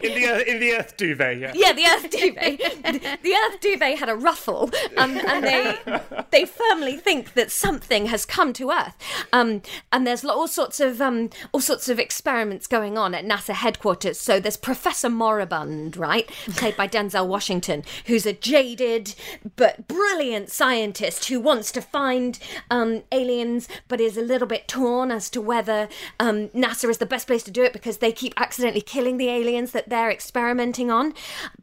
in the uh, Earth- in the Earth duvet. Yeah. Yeah, the Earth duvet. the Earth duvet had a ruffle, um, and they they firmly think that something has come to Earth. Um, and there's lo- all sorts of um, all sorts of experiments going on at NASA headquarters. So there's Professor Moribund, right, played by Denzel Washington, who's a jaded but brilliant scientist who wants to find um, aliens, but is a little bit torn as to whether um, NASA is the best place to do it because they keep accidentally killing the aliens that they're experimenting on.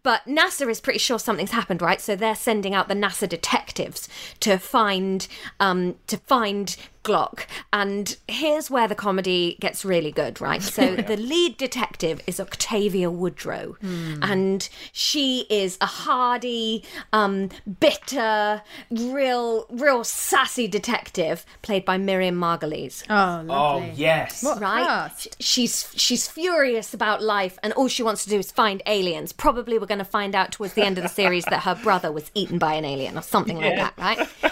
But NASA is pretty sure something's happened, right? So they're sending out the NASA detectives to find um, to find Glock. And here's where the comedy gets really good, right? So Yeah. the lead detective is Octavia Woodrow, Hmm. Mm. and she is a hardy, um, bitter, real, real sassy detective played by Miriam Margolyes. Oh, lovely. yes. What right? cast. She's she's furious about life, and all she wants to do is find aliens. Probably we're going to find out towards the end of the series that her brother was eaten by an alien or something like Yeah. that,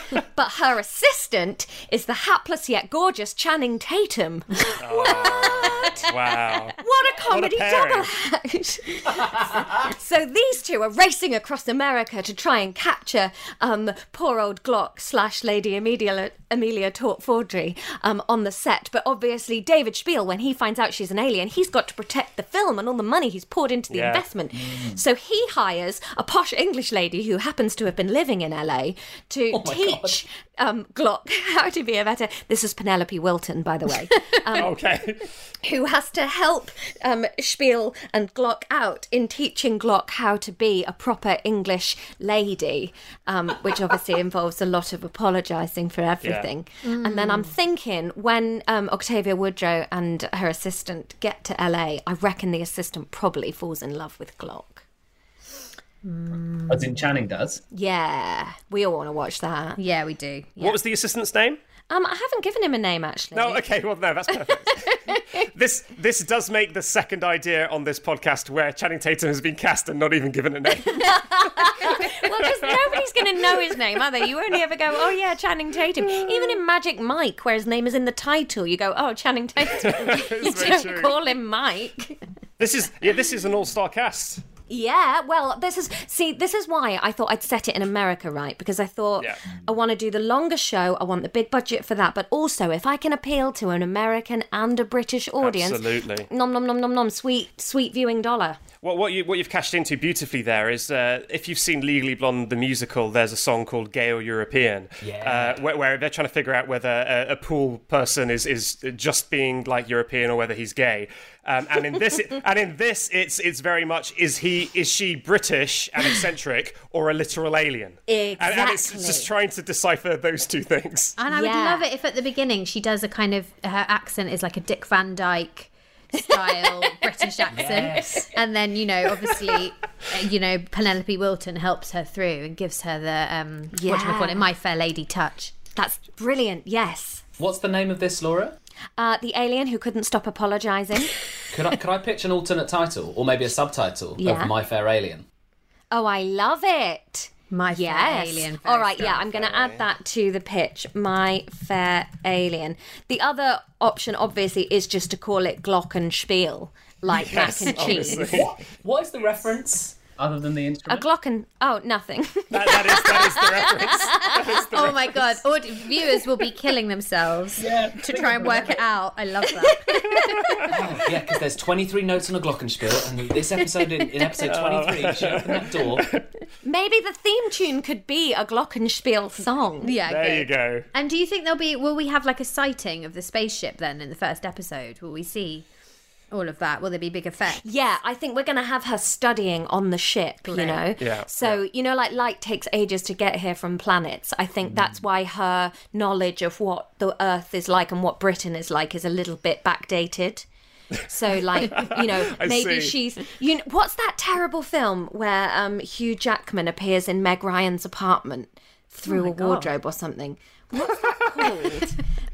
right? but her assistant is the hapless yet gorgeous Channing Tatum. wow. What a comedy pairing. double act! so these two are racing across America to try and capture um, poor old Glock slash Lady Amelia, Amelia Tortfordry um, on the set. But obviously, David Spiel, when he finds out she's an alien, he's got to protect the film and all the money he's poured into the Yeah. Mm. investment. So he hires a posh English lady who happens to have been living in LA to Oh my teach um, Glock how to be a better. This is Penelope Wilton, by the way okay. who has to help um, Spiel and Glock out in teaching Glock how to be a proper English lady, um, which obviously involves a lot of apologising for everything. And then I'm Mm. thinking when um, Octavia Woodrow and her assistant get to LA, I reckon the assistant probably falls in love with Glock. Mm. As in Channing does. Yeah, we all want to watch that. Yeah, we do. What was the assistant's name? Um, I haven't given him a name actually. No, okay, well no, that's perfect. this this does make the second idea on this podcast where Channing Tatum has been cast and not even given a name. well, because nobody's going to know his name, are they? You only ever go, oh yeah, Channing Tatum. Even in Magic Mike, where his name is in the title, you go, oh Channing Tatum. you very don't true. call him Mike. this is yeah, this is an all-star cast. Yeah, well, this is see, this is why I thought I'd set it in America, right? Because I thought Yeah. I want to do the longer show, I want the big budget for that, but also if I can appeal to an American and a British audience, Absolutely. nom nom nom nom nom, sweet sweet viewing dollar. What what you what you've cashed into beautifully there is uh, if you've seen Legally Blonde the musical, there's a song called Gay or European, Yeah. uh, where, where they're trying to figure out whether a, a pool person is is just being like European or whether he's gay. Um, and in this, and in this, it's it's very much is he is she British and eccentric or a literal alien? And, and it's Exactly. just trying to decipher those two things. And I Yeah. would love it if at the beginning she does a kind of her accent is like a Dick Van Dyke style British accent, Yes. and then you know obviously uh, you know Penelope Wilton helps her through and gives her the um Yeah. what do call it, My Fair Lady touch. That's brilliant. Yes. What's the name of this, Laura? Uh, the alien who couldn't stop apologising. Could I could I pitch an alternate title or maybe a subtitle Yeah. of My Fair Alien? oh, I love it. My Fair yes. Alien, All right, yeah, I'm going to add that to the pitch. My fair alien. The other option, obviously, is just to call it Glockenspiel, like Yes, mac and cheese. obviously. What is the reference other than the A instrument? Glocken. Oh, nothing. oh my god, Aud- viewers will be killing themselves to try and work it out. I love that. Oh, yeah, because there's 23 notes on a glockenspiel, and this episode in, in episode Oh. 23, she opened that door. Maybe the theme tune could be a Glockenspiel song. Yeah, There good. you go. And do you think there'll be? Will we have like a sighting of the spaceship then in the first episode? Will we see all of that? Will there be big effects? Yeah, I think we're going to have her studying on the ship, you Great. know? Yeah, So, you know, like light takes ages to get here from planets. I think Mm. that's why her knowledge of what the Earth is like and what Britain is like is a little bit backdated. So, like, you know, I maybe see. she's. You know, what's that terrible film where um, Hugh Jackman appears in Meg Ryan's apartment through Oh my a God. wardrobe or something?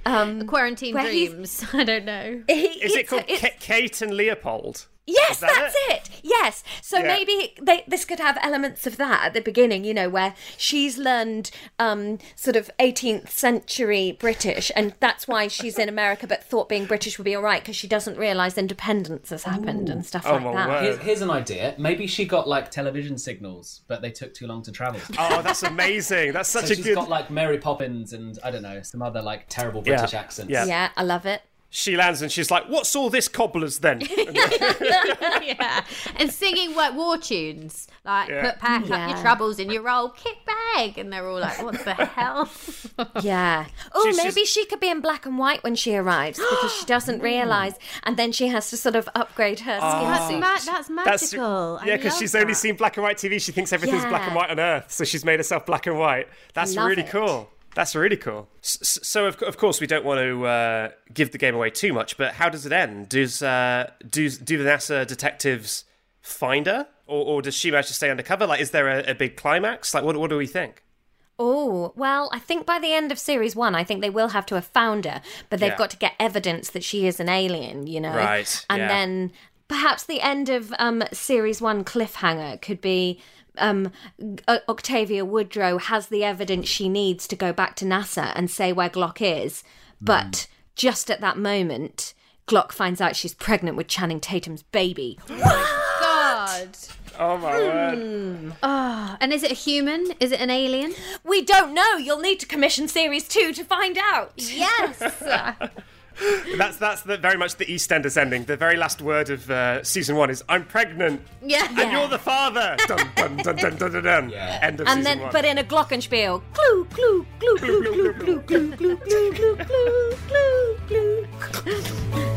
Um, Quarantine where he's- dreams. I don't know. Is it called Ka- Kate and Leopold? Yes, Is that that's it? Yes. So Yeah. maybe they, this could have elements of that at the beginning, you know, where she's learned um, sort of 18th century British, and that's why she's in America, but thought being British would be all right because she doesn't realise independence has happened and Oh, stuff like that. Here's, here's an idea. Maybe she got like television signals, but they took too long to travel. Oh, that's amazing. That's such so a she's good. got like Mary Poppins and I don't know some other like terrible British Yeah. accents. Yeah. Yeah, I love it. She lands and she's like, "What's all this cobblers then?" yeah, and singing like war tunes, like Yeah. put pack up Yeah. your troubles in your old kit bag, and they're all like, "What the hell?" Yeah. Oh, She's maybe she could be in black and white when she arrives because she doesn't realise, and then she has to sort of upgrade her skin Ah. suit. That's ma- Oh. that's That's- yeah, because she's only seen black and white TV. She thinks everything's black and Yeah. white on Earth, so she's made herself black and white. That's Love really it. cool. That's really cool. S- s- So, of, of course, we don't want to uh, give the game away too much, but how does it end? Does uh, do do the NASA detectives find her, or, or does she manage to stay undercover? Like, is there a, a big climax? Like, what what do we think? Oh, well, I think by the end of series one, I think they will have to have found her, but they've Yeah. got to get evidence that she is an alien, you know? Right, And yeah. then perhaps the end of um, series one cliffhanger could be um, O- Octavia Woodrow has the evidence she needs to go back to NASA and say where Glock is, but Hmm. just at that moment, Glock finds out she's pregnant with Channing Tatum's baby. God. Oh my Hmm. Oh, and is it a human? Is it an alien? We don't know. You'll need to commission series two to find out. Yes. That's that's the, very much the EastEnders ending. The very last word of uh, season one is "I'm pregnant." Yeah. and you're the father. dun, dun, dun, dun, dun, dun, dun. End of season and then one. but in a glockenspiel glue glue glue glue glue glue glue glue glue glue glue glue glue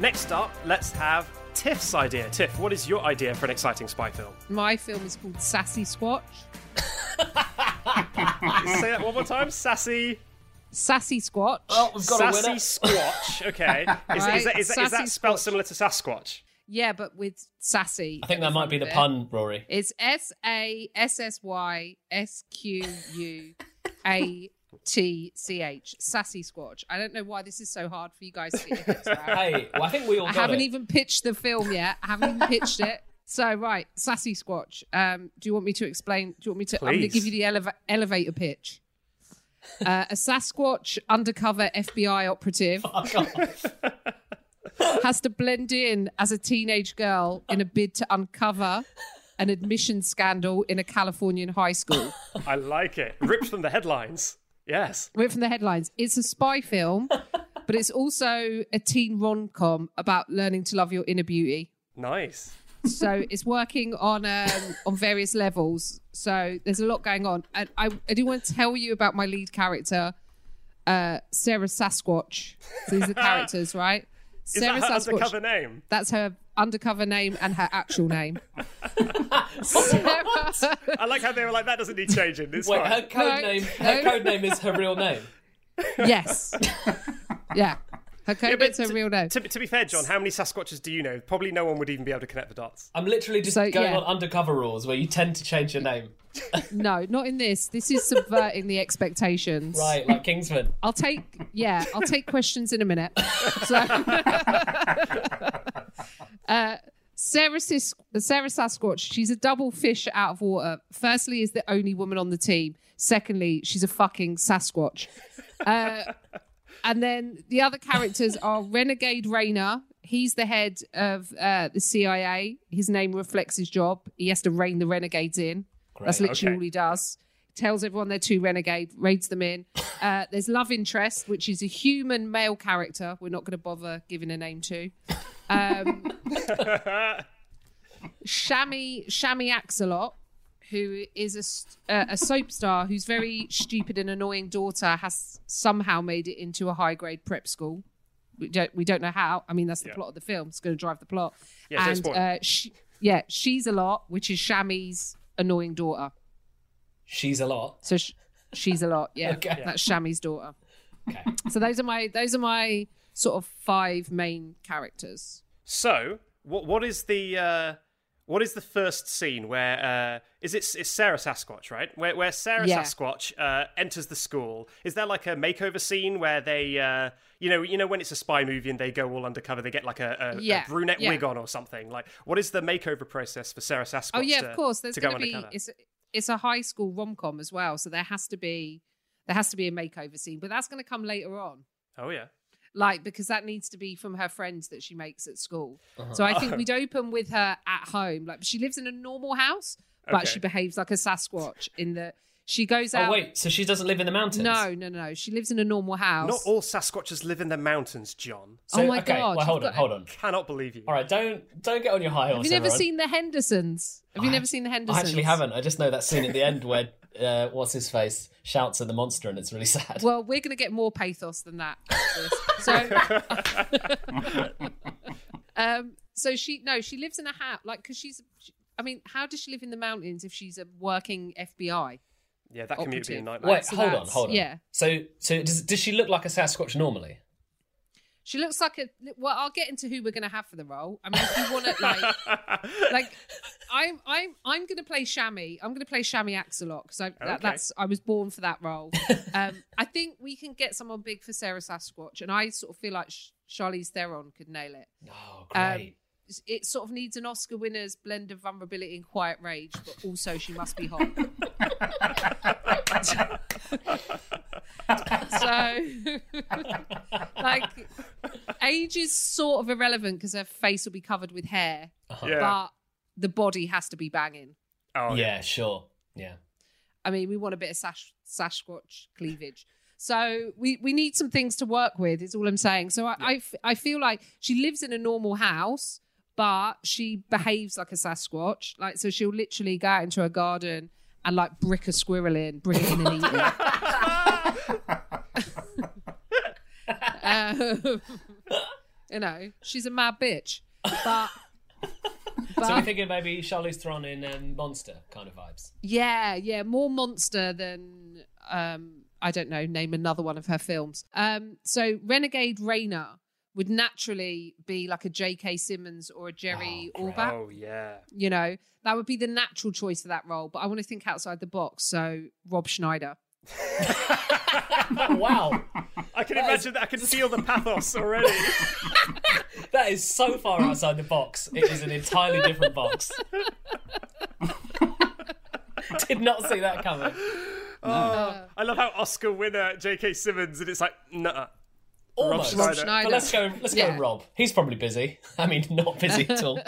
Next up, let's have Tiff's idea. Tiff, what is your idea for an exciting spy film? My film is called Sassy Swatch. Say that one more time. Sassy. Sassy Squatch. Sassy Squatch. Okay. Is, Right, is that, is that, is Sassy that spelled similar to Sasquatch? Yeah, but with sassy. I think that might be the bit. pun, Rory. It's S A S S Y S Q U A T C H. Sassy Squatch. I don't know why this is so hard for you guys to get your heads around. hey, well, I think we all I got haven't it. even pitched the film yet. I haven't even pitched it. So right, Sassy Squatch. Um, do you want me to explain? Do you want me to? I'm going to Please. give you the eleva- elevator pitch. Uh, a Sasquatch undercover FBI operative Oh, has to blend in as a teenage girl in a bid to uncover an admission scandal in a Californian high school. I like it. Ripped from the headlines. Yes. We're from the headlines. It's a spy film, but it's also a teen rom com about learning to love your inner beauty. Nice. so it's working on um, on various levels. So there's a lot going on, and I, I do want to tell you about my lead character, uh, Sarah Sasquatch. These are the characters, right? Is that her undercover name? That's her undercover name and her actual name. I like how they were like, that doesn't need changing. It's Wait, fine. her code name. Her code name is her real name. yes. yeah. Her code Yeah, but name's her real name. To, to be fair, John, how many Sasquatches do you know? Probably no one would even be able to connect the dots. I'm literally just So, going yeah. on undercover rules where you tend to change your name. No, not in this. This is subverting the expectations. Right, like Kingsman. I'll take yeah, I'll take questions in a minute. So, uh, Sarah, Sis- Sarah Sasquatch, she's a double fish out of water. Firstly, is the only woman on the team. Secondly, she's a fucking Sasquatch. Uh, and then the other characters are Renegade Rayner. He's the head of uh, the CIA. His name reflects his job. He has to rein the renegades in. That's Great, literally okay. all he does. Tells everyone they're two renegade, raids them in. Uh, there's love interest, which is a human male character. We're not going to bother giving a name to. Um, Shammy Shammy Axelot, who is a s- uh, a soap star whose very stupid and annoying daughter has somehow made it into a high grade prep school. We don't we don't know how. I mean, that's the Yeah. plot of the film. It's going to drive the plot. Yeah, don't and spoil it. uh, she, yeah, she's a lot, which is Shammy's annoying daughter. She's a lot. So sh- she's a lot. Yeah, Okay. that's Shammy's daughter. Okay. So those are my those are my sort of five main characters. So, what what is the uh, what is the first scene where uh, is it it's Sarah Sasquatch, right? Where where Sarah Yeah. Sasquatch uh, enters the school? Is there like a makeover scene where they uh, you know you know when it's a spy movie and they go all undercover, they get like a, a, a Yeah, brunette yeah. wig on or something? Like, what is the makeover process for Sarah Sasquatch? Oh yeah, to, of course. There's to go going to be undercover? it's it's a high school rom com as well, so there has to be there has to be a makeover scene, but that's going to come later on, Oh yeah. like because that needs to be from her friends that she makes at school. Uh-huh. So I think Oh. we'd open with her at home, like she lives in a normal house, but Okay. she behaves like a Sasquatch in the she goes Oh out. wait, so she doesn't live in the mountains? No, no, no, no. She lives in a normal house. Not all Sasquatches live in the mountains, John. Oh my okay, God, Well, hold you've on, got- hold on. Cannot believe you. All right, don't don't get on your high Have horse. you never everyone. seen the Hendersons? Have you never seen the Hendersons? I actually haven't. I just know that scene at the end where uh, what's his face shouts at the monster, and it's really sad. Well, we're going to get more pathos than that. after this. so, um, so she no, she lives in a house like because she's. She, I mean, how does she live in the mountains if she's a working FBI? Yeah, that commute would be a Operative. nightmare. Wait, Oh, So hold on, that's- hold on. yeah. So, so does does she look like a Sasquatch normally? She looks like a. Well, I'll get into who we're going to have for the role. I mean, if you want to like, like, I'm I'm I'm going to play Shammy. I'm going to play Shammy Axelot because I Okay. that, that's I was born for that role. um, I think we can get someone big for Sarah Sasquatch, and I sort of feel like Sh- Charlize Theron could nail it. Oh, Um, it sort of needs an Oscar winner's blend of vulnerability and quiet rage, but also she must be hot. so, like, age is sort of irrelevant because her face will be covered with hair, Uh-huh. Yeah. but the body has to be banging. Oh, yeah, sure. Yeah. I mean, we want a bit of sash- Sasquatch cleavage. So we, we need some things to work with. Is all I'm saying. So I, I f- I feel like she lives in a normal house, but she behaves like a Sasquatch. Like so, she'll literally go out into her garden and like brick a squirrel in, bring it in and eat it. Um, you know, she's a mad bitch. But so we're thinking maybe Charlize Theron in um, Monster kind of vibes. Yeah, yeah, more monster than um I don't know, name another one of her films. Um so Renegade Rayner would naturally be like a J.K. Simmons or a Jerry Orbach. Oh yeah. You know, that would be the natural choice for that role, but I want to think outside the box, so Rob Schneider. wow. I can imagine that. I can feel the pathos already. That is so far outside the box. It is an entirely different box. Did not see that coming. Oh, I love how Oscar winner J.K. Simmons, and it's like, nah. Almost. Rob Schneider. But let's go. Let's go. Yeah. With Rob. He's probably busy. I mean, not busy at all.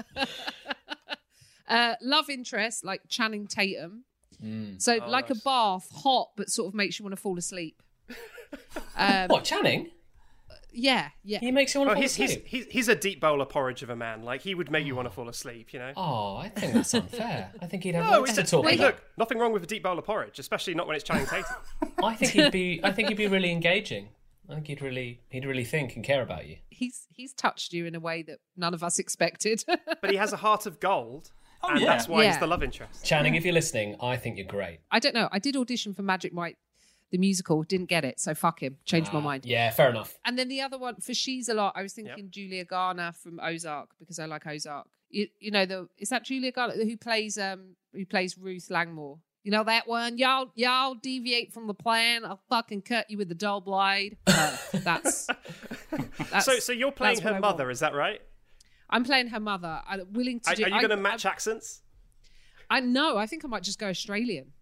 Uh love interest like Channing Tatum. Mm. So Oh, like a bath, hot but sort of makes you want to fall asleep. Um, what Channing? yeah, yeah. He makes you Oh, he's, he's, he's, he's a deep bowl of porridge of a man. Like, he would make you want to fall asleep, you know? Oh, I think that's unfair. I think he'd have no, it's lots to a, talk hey, about. Look, nothing wrong with a deep bowl of porridge, especially not when it's Channing Tatum. I think he'd be. I think he'd be really engaging. I think he'd really, he'd really think and care about you. He's he's touched you in a way that none of us expected. but he has a heart of gold, and Oh, Oh, yeah. that's why he's Yeah. the love interest. Channing, if you're listening, I think you're great. I don't know. I did audition for Magic Mike, the musical. Didn't get it, so fuck him. Changed my Ah, mind. Yeah, fair enough. And then the other one for she's a lot. I was thinking Julia Garner from Ozark because I like Ozark. You, you know the is that Julia Garner who plays um who plays Ruth Langmore. You know that one. Y'all y'all deviate from the plan. I'll fucking cut you with the dull blade. Uh, that's, that's so, so you're playing that's what her I mother, want. is that right? I'm playing her mother. I'm willing to Are, do. are you I- going to match accents? I know. I think I might just go Australian.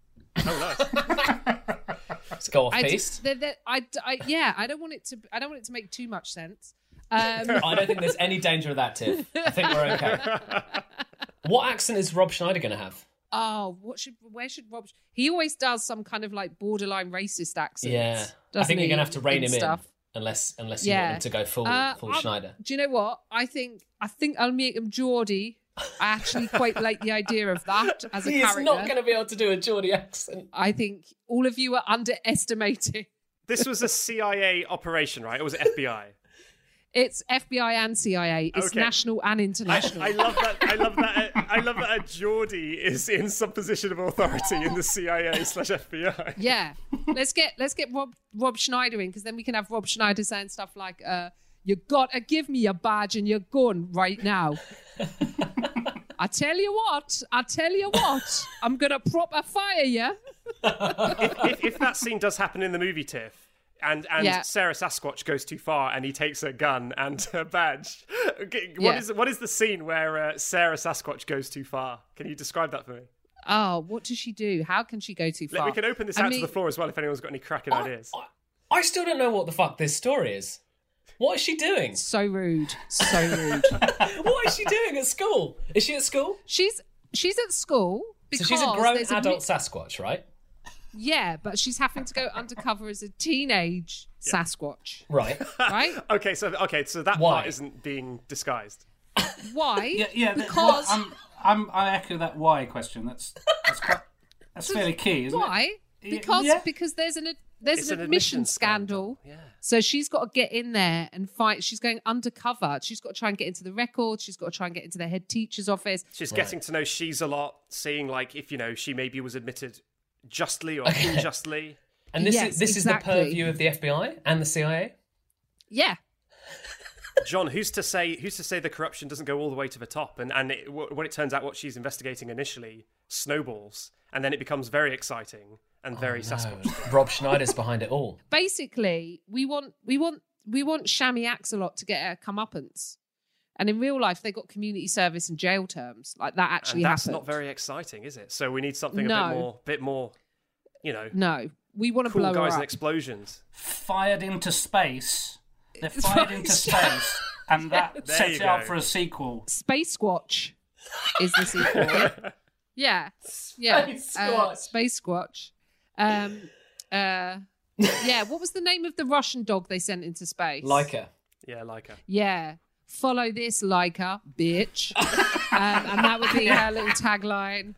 Let's go off I piece. just, they're, they're- I, I- yeah, I don't want it to. I don't want it to make too much sense. Um, I don't think there's any danger of that, Tiff. I think we're okay. what accent is Rob Schneider going to have? Oh, what should? Where should Rob? He always does some kind of like borderline racist accent. yeah, I doesn't think you're he, going to have to rein and him stuff. in, unless unless you Yeah, want him to go full Uh, full I'm- Schneider. Do you know what? I think I think I'll make him Geordie. I actually quite like the idea of that as a He is character. not going to be able to do a Geordie accent. I think all of you are underestimating. This was a CIA operation, right? It was FBI. It's FBI and CIA. It's Okay. national and international. I love that. I love that. uh, I love that. A Geordie is in some position of authority in the CIA slash FBI. Yeah, let's get let's get Rob Rob Schneider in because then we can have Rob Schneider saying stuff like, uh, "You gotta give me your badge and your gun right now." I tell you what, I tell you what, I'm gonna proper fire you. if, if, if that scene does happen in the movie, Tiff, and and Yeah. Sarah Sasquatch goes too far and he takes her gun and her badge, okay, what Yeah. is what is the scene where uh, Sarah Sasquatch goes too far? Can you describe that for me? Oh, what does she do? How can she go too Let- far? we can open this I out mean, to the floor as well if anyone's got any cracking ideas. I still don't know what the fuck this story is. What is she doing? So rude. So rude. what is she doing at school? Is she at school? She's she's at school So because she's a grown there's adult mi- Sasquatch, right? yeah, but she's having to go undercover as a teenage Sasquatch. Right. Right? okay, so okay, so that Why? part isn't being disguised. Why? Yeah, yeah. th- because well, I'm, I'm, I echo that why question. That's that's quite, that's fairly key, isn't it? Why? Because because there's an there's It's an, an admission admission scandal. So she's got to get in there and fight. She's going undercover. She's got to try and get into the record. She's got to try and get into the head teacher's office. She's getting to know she's a lot, seeing like if you know she maybe was admitted justly or unjustly. And this Yes, is this exactly. is the purview of the FBI and the CIA. Yeah. John, who's to say who's to say the corruption doesn't go all the way to the top? And and it, wh- when it turns out what she's investigating initially snowballs, and then it becomes very exciting and very Sasquatch. Oh, Rob Schneider's behind it all. Basically, we want we want we want Shami Axelot to get her comeuppance. And in real life, they got community service and jail terms. Like that actually and that's not happened. very exciting, is it? So we need something a No. bit more, bit more, you know, no, we want to cool blow guys her up. and explosions. Fired into space. They're fired into space, and that There sets you it up go. for a sequel. Space Squatch is the sequel. yeah. Yeah. Space Uh, Space Squatch. Um, uh, yeah. What was the name of the Russian dog they sent into space? Leica. Yeah, Leica. Yeah. Follow this, Leica, bitch. um, and that would be her little tagline.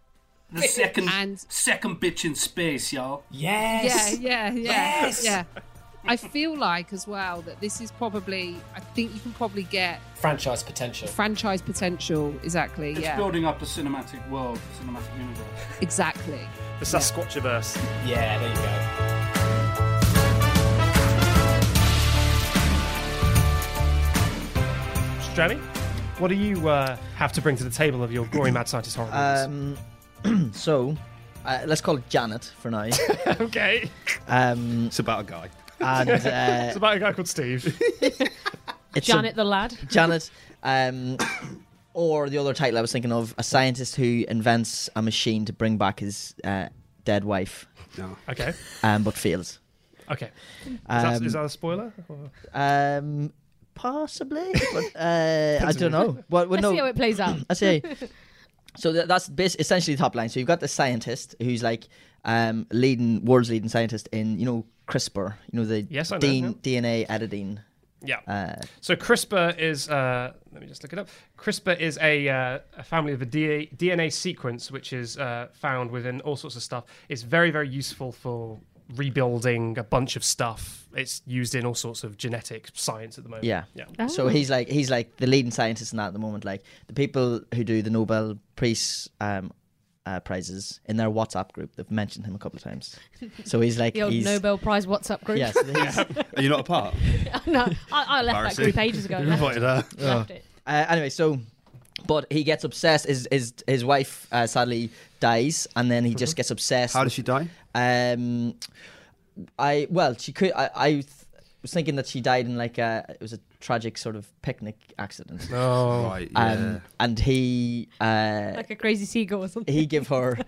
The second second bitch in space, y'all. Yeah, yeah, yeah. Yes. Yeah. I feel like as well that this is probably, I think you can probably get Franchise potential. franchise potential. Exactly. It's yeah. building up the cinematic world, the cinematic universe. Exactly. The Sasquatchiverse. Yeah, there you go. Jamie, what do you uh, have to bring to the table of your gory mad scientist horror? Um, so, uh, let's call it Janet for now. okay. Um, it's about a guy. And uh, it's about a guy called Steve. it's a- Janet the lad. Janet, um, or the other title I was thinking of, a scientist who invents a machine to bring back his uh, dead wife. No. Okay. Um, but fails. Okay. Is, that, Um, is that a spoiler? Or- Um, possibly, but uh, I don't know. Well, well, Let's no. see how it plays out. I see. So tha- that's bas- essentially the top line. So you've got the scientist who's like um, leading world's leading scientist in you know CRISPR, you know the Yes, I know, DN- DNA editing Yeah. Uh, So CRISPR is. Uh, let me just look it up. CRISPR is a, uh, a family of a D- DNA sequence which is uh, found within all sorts of stuff. It's very very useful for rebuilding a bunch of stuff. It's used in all sorts of genetic science at the moment. Yeah. Yeah. Oh. So he's like he's like the leading scientist in that at the moment. Like the people who do the Nobel Peace um, uh, prizes in their WhatsApp group, they've mentioned him a couple of times. So he's like the old he's Nobel Prize WhatsApp group. Yes, he's- Are you not a part? no, I, I left that group ages ago. You invited her. Left it. Uh, anyway, so but he gets obsessed. His his his wife uh, sadly dies, and then he just gets obsessed. Mm-hmm. How does she die? Um, I well, she could. I, I th- was thinking that she died in like a it was a tragic sort of picnic accident. Oh. Right, yeah. Um, and he uh, Like a crazy seagull or something. he gave her.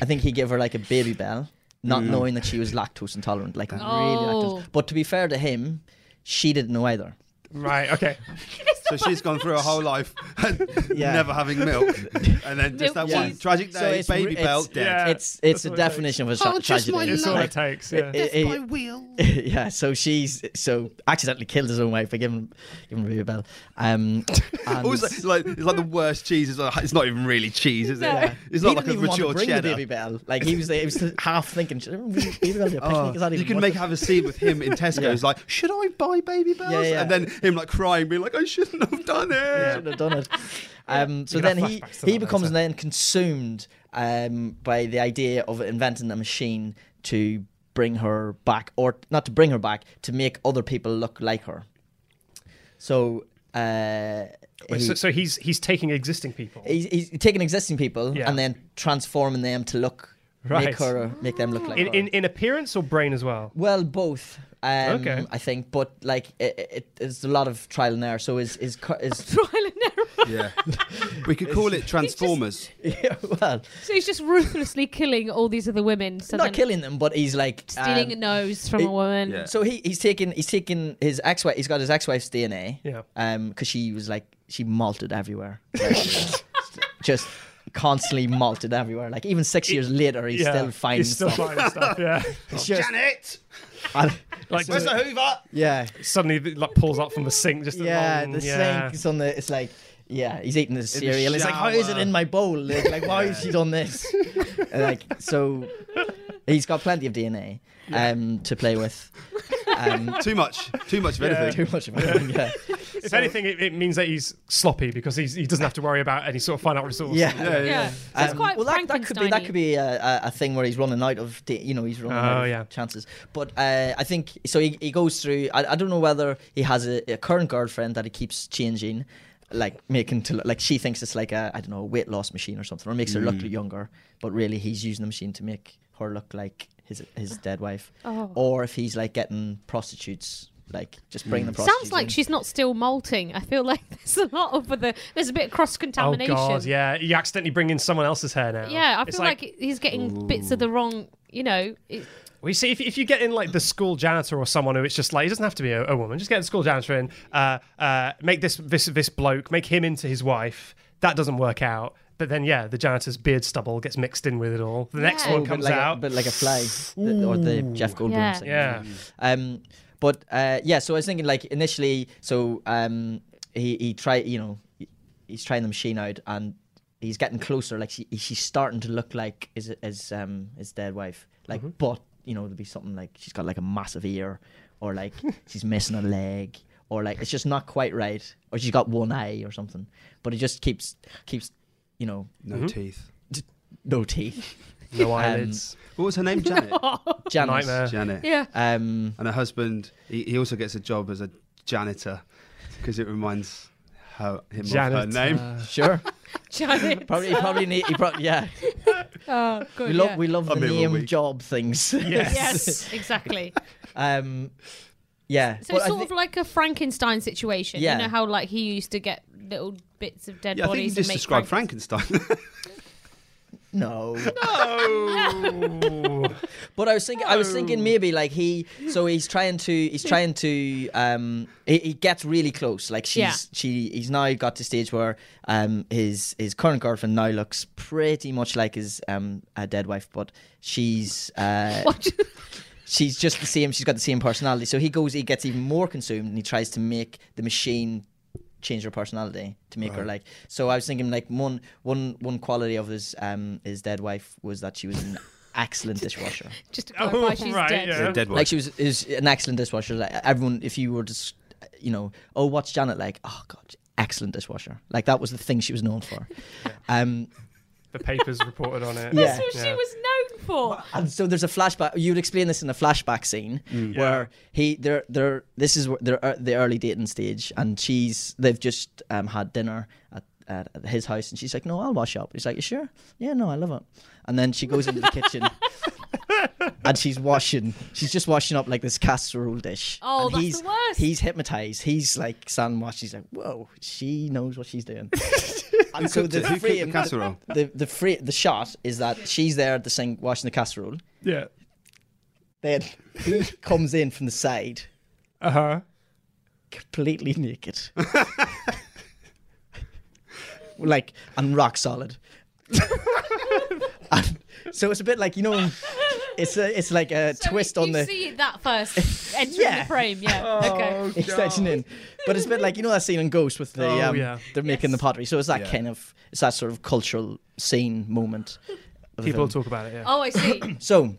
I think he gave her like a baby bell, not Mm. knowing that she was lactose intolerant, like really Oh. lactose. But to be fair to him, she didn't know either. Right. Okay. so she's gone through her whole life Yeah. never having milk, and then just that Yeah. one tragic So day, it's re- baby it's- belt dead. It's it's the definition of a tra- tragedy. It- it- wheel. yeah, so she's so accidentally killed his own wife by giving giving Ruby a bell. Um, and Also, it's like it's like the worst cheese. It's, like, it's not even really cheese, is it? Yeah. It's He not like didn't a even want to mature bring the cheddar. baby bell. Like he was, he was half thinking, should I bring the baby bell to a picnic? Oh, Is that you even can worth make it?" have a scene with him in Tesco's, like, should I buy baby bells? yeah. And then him like crying, being like, I shouldn't have done it. shouldn't have done it. Um, so You can then have he flashbacks to he that becomes later. then consumed um, by the idea of inventing a machine to bring her back, or not to bring her back, to make other people look like her. So. Uh, Wait, he- so, so he's he's taking existing people. He's, he's taking existing people Yeah. and then transforming them to look Right. make her make them look like in, her. in in appearance or brain as well. well, both. Um, Okay. I think, but like it, it, it's a lot of trial and error. So is is cu- is yeah. We could call it Transformers. yeah, well, So he's just ruthlessly killing all these other women. So not then killing them, but he's like Stealing a um, nose from he- a woman. So he, he's taking he's taking his ex wife. He's got his ex wife's DNA. Yeah. Um, because she was like she malted everywhere, Like, just constantly malted everywhere. Like even six years later, he's Yeah, still finding he's still stuff. finding stuff. Yeah. It's just- Oh, Janet, And- Like where's the Hoover? Yeah. Suddenly, it, like pulls up from the sink. Just a Yeah, long- the yeah. sink is on the. It's like, yeah, he's eating the the cereal. it's like, how is it shower. in my bowl? Like, like, why has she done this? And, like, so he's got plenty of DNA um, to play with. Um, Too much. Too much of Yeah. anything. Too much of anything. Yeah. If anything, it, it means that he's sloppy because he's, he doesn't have to worry about any sort of final resource. Yeah, Um, It's quite well, that, that could be that Frankenstein-y. could be a, a, a thing where he's running out of da- you know he's running Oh, out of yeah. chances. But uh, I think so. He, he goes through. I, I don't know whether he has a, a current girlfriend that he keeps changing, like making to look like she thinks it's like a I don't know a weight loss machine or something, or makes her look Mm. younger. But really, he's using the machine to make her look like his his dead wife. Oh. Or if he's like getting prostitutes, like just bringing the prostitutes. Sounds like in. she's not still molting. I feel like there's a lot of the there's a bit of cross Oh contamination. god, yeah. You accidentally bring in someone else's hair now. Yeah, I It's feel like, he's getting bits of the wrong. You know, it, Well, you see, if, if you get in like the school janitor or someone who it's just like, it doesn't have to be a, a woman, just get the school janitor in, uh, uh, make this, this this bloke, make him into his wife. That doesn't work out. But then, yeah, the janitor's beard stubble gets mixed in with it all. The next Oh, one but comes like out. a, but like a fly, the- or the Jeff Goldblum Yeah. thing. Yeah. Um, but uh, yeah, so I was thinking like initially, so um, he he try you know he- he's trying the machine out and he's getting closer. Like she, she's starting to look like his his um his dead wife. Like, Mhm. but you know there'd be something like she's got like a massive ear, or like she's missing a leg. Or like it's just not quite right, or she's got one eye or something, but it just keeps keeps, you know, No Mm-hmm. teeth. D- no teeth, No Um, eyelids. What was her name? Janet. Janet. Janet. Yeah. Um, and her husband, he, he also gets a job as a janitor because it reminds her him of her name. Janitor. Uh, Sure. Janet. probably, he probably need. He probably, yeah. oh, good, we love yeah. we love the I'm here all name week. job things. Yes, exactly. um, yeah. So it's sort of like a Frankenstein situation. Yeah. You know how like he used to get little bits of dead Yeah, I think you bodies just and make described Frankenstein. no. No. But I was thinking, I was thinking maybe like he, so he's trying to, he's trying to, um, he, he gets really close. Like she's, Yeah. she, he's now got to stage where, um, his his current girlfriend now looks pretty much like his um uh, dead wife, but she's uh, she's just the same. She's got the same personality. So he goes, he gets even more consumed, and he tries to make the machine change her personality to make her Right. like. So I was thinking like one one one quality of his um his dead wife was that she was an excellent dishwasher. Just to Oh, clarify, she's right, dead. yeah. Dead like she was is an excellent dishwasher. Like everyone, if you were just you know, oh, what's Janet like? Oh God, excellent dishwasher. Like that was the thing she was known for. Um, The papers reported on it. Yeah. That's what she was known for. and Uh, so there's a flashback. You would explain this in a flashback scene Mm. where he they're they're this is where they're uh, the early dating stage, and she's they've just um, had dinner at, at at his house, and she's like, "No, I'll wash up." He's like, "You sure? Yeah, no, I love it." And then she goes into the kitchen. And she's washing. She's just washing up like this casserole dish. Oh, and that's the he's, worst. He's hypnotized. He's like standing watch. He's like, "Whoa, she knows what she's doing." Who and so cooked the it? Who cooked the frame, casserole? the the free, the shot is that she's there at the sink washing the casserole. Yeah. Then who comes in from the side? Uh huh. Completely naked. like and rock solid. And so it's a bit like you know, it's a, it's like a twist on you the. see that first entering Yeah. the frame. Yeah. Oh, Oh, okay. It's actually in. But it's a bit like you know that scene in Ghost with the Oh, um, yeah. they're making the pottery. So it's that Yeah. kind of it's that sort of cultural scene moment. of the People film. talk about it. Yeah. Oh, I see. so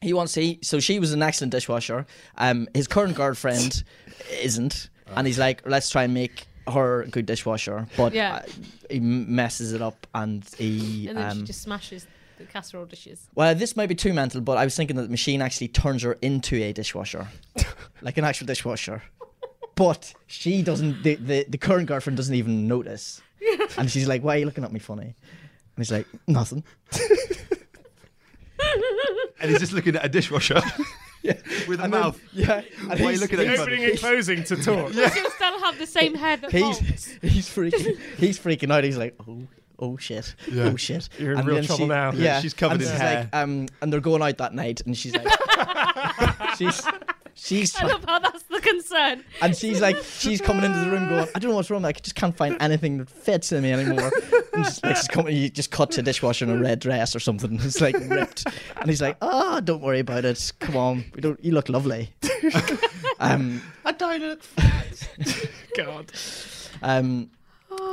he wants he so she was an excellent dishwasher. Um, his current girlfriend isn't, and he's like, let's try and make her a good dishwasher. But Yeah. uh, he messes it up, and he And then um, she just smashes the casserole dishes. well, this might be too mental, but I was thinking that the machine actually turns her into a dishwasher, like an actual dishwasher. But she doesn't. The, the the current girlfriend doesn't even notice, and she's like, "Why are you looking at me funny?" And he's like, "Nothing." and he's just looking at a dishwasher with a mouth. yeah. Why are you looking at me funny? opening and closing to talk. Yeah. She'll still have the same hair that He's Bob. he's freaking he's freaking out. He's like, "Oh, oh shit, Yeah. oh shit." You're in real then trouble now. Yeah, She's covered and in she's hair. Like, um, and they're going out that night, and she's like, she's she's I love how that's the concern. And she's like, she's coming into the room going, I don't know what's wrong. I just can't find anything that fits in me anymore. And she's like, she's coming, you just cut to dishwasher in a red dress or something. It's like ripped. And he's like, oh, don't worry about it. Come on. We don't, you look lovely. um, I don't look fat. God. um,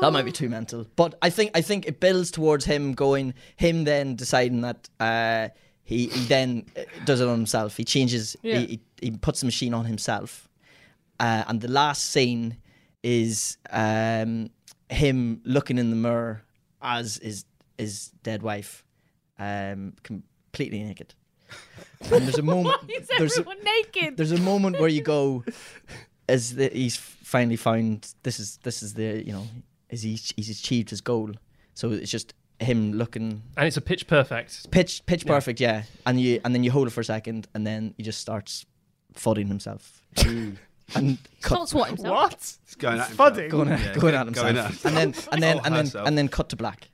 that might be too mental, but I think I think it builds towards him going, him then deciding that uh, he, he then uh, does it on himself. He changes, Yeah. he, he, he puts the machine on himself, uh, and the last scene is um, him looking in the mirror as his his dead wife, um, completely naked. And there's a moment. Why is there's a- everyone naked? there's a moment where you go, as the, he's finally found this is this is the you know is he he's achieved his goal. So it's just him looking And it's a pitch perfect. pitch pitch Yeah. perfect, yeah. And you and then you hold it for a second, and then he just starts fudding himself. and Starts what himself? What? He's going at himself. Fudding. Going, at- Yeah, going at going himself, at- and then and then Or and then herself. and then cut to black.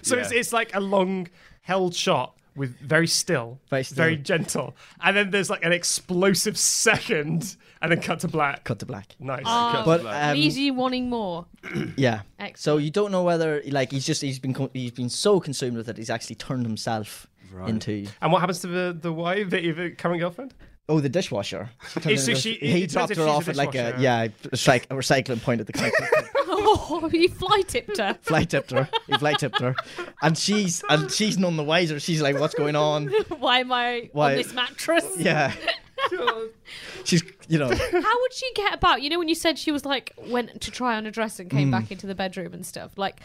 So it's, it's like a long held shot with very still, very still. gentle, and then there's like an explosive second, and then cut to black. Cut to black. Nice. Oh, But, um, leaves you wanting more. Yeah. So you don't know whether like he's just he's been co- he's been so consumed with it he's actually turned himself into and what happens to the the wife, the, the current girlfriend? Oh, the dishwasher. He Is- so turned it- she- it he turns dropped if her she's a off at like a dishwasher. yeah, a, recyc- a recycling point at the counter. oh, you fly tipped her. fly tipped her. He fly tipped her, and she's and she's none the wiser. She's like, "What's going on?" Why am I Why- on this mattress? Yeah. She's you know How would she get about? You know, when you said she was like went to try on a dress and came Mm. back into the bedroom and stuff. Like,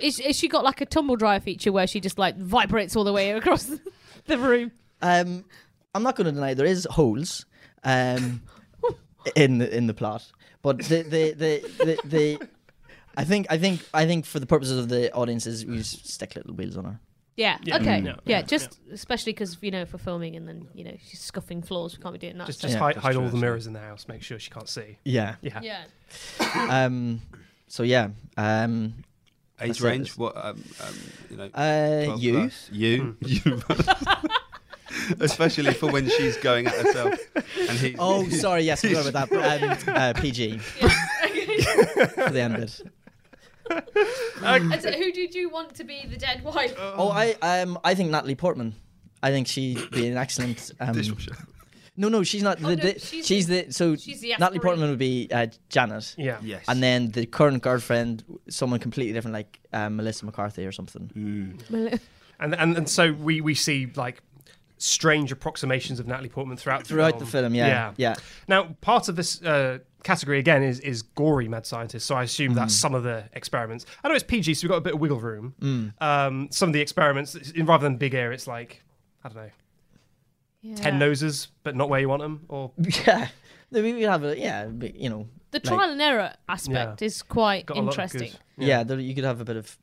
is, is she got like a tumble dryer feature where she just like vibrates all the way across the room? Um, I'm not going to deny there is holes um, in the in the plot, but the the the, the, the I think I think I think for the purposes of the audiences, we just stick little wheels on her. Yeah. Yeah. Okay. Mm. Yeah. Yeah. just especially because you know for filming and then you know she's scuffing floors. We can't be doing that. Just so- just hide, hide all the mirrors in the house. Make sure she can't see. Yeah. Yeah. Yeah. Um, so yeah. Um, Age that's it. range? What? Um, um, you know, Uh, 12 you. Hmm. plus. you, you, especially for when she's going at herself. And he. Oh, sorry. Yes, we forgot about that. Um, uh, PG. for the end bit. And so who did you want to be the dead wife? Oh, I um, I think Natalie Portman. I think she'd be an excellent um, dishwasher. No, no, she's not. The, Oh, no, di- she's she's, the- the so she's the Natalie aspirant. Portman would be uh, Janet. Yeah. Yes. And then the current girlfriend, someone completely different, like uh, Melissa McCarthy or something. and, and and so we we see like strange approximations of Natalie Portman throughout Throughout the film, yeah, yeah. Now, part of this uh, category again is is gory mad scientist, so I assume that's Mm. some of the experiments. I know it's PG, so we've got a bit of wiggle room. Mm. Um, some of the experiments, it's- rather than big air, it's like I don't know, ten noses, but not where you want them, or yeah, No, we we have a yeah, but, you know, The like- trial and error aspect is quite interesting. Yeah, there, you could have a bit of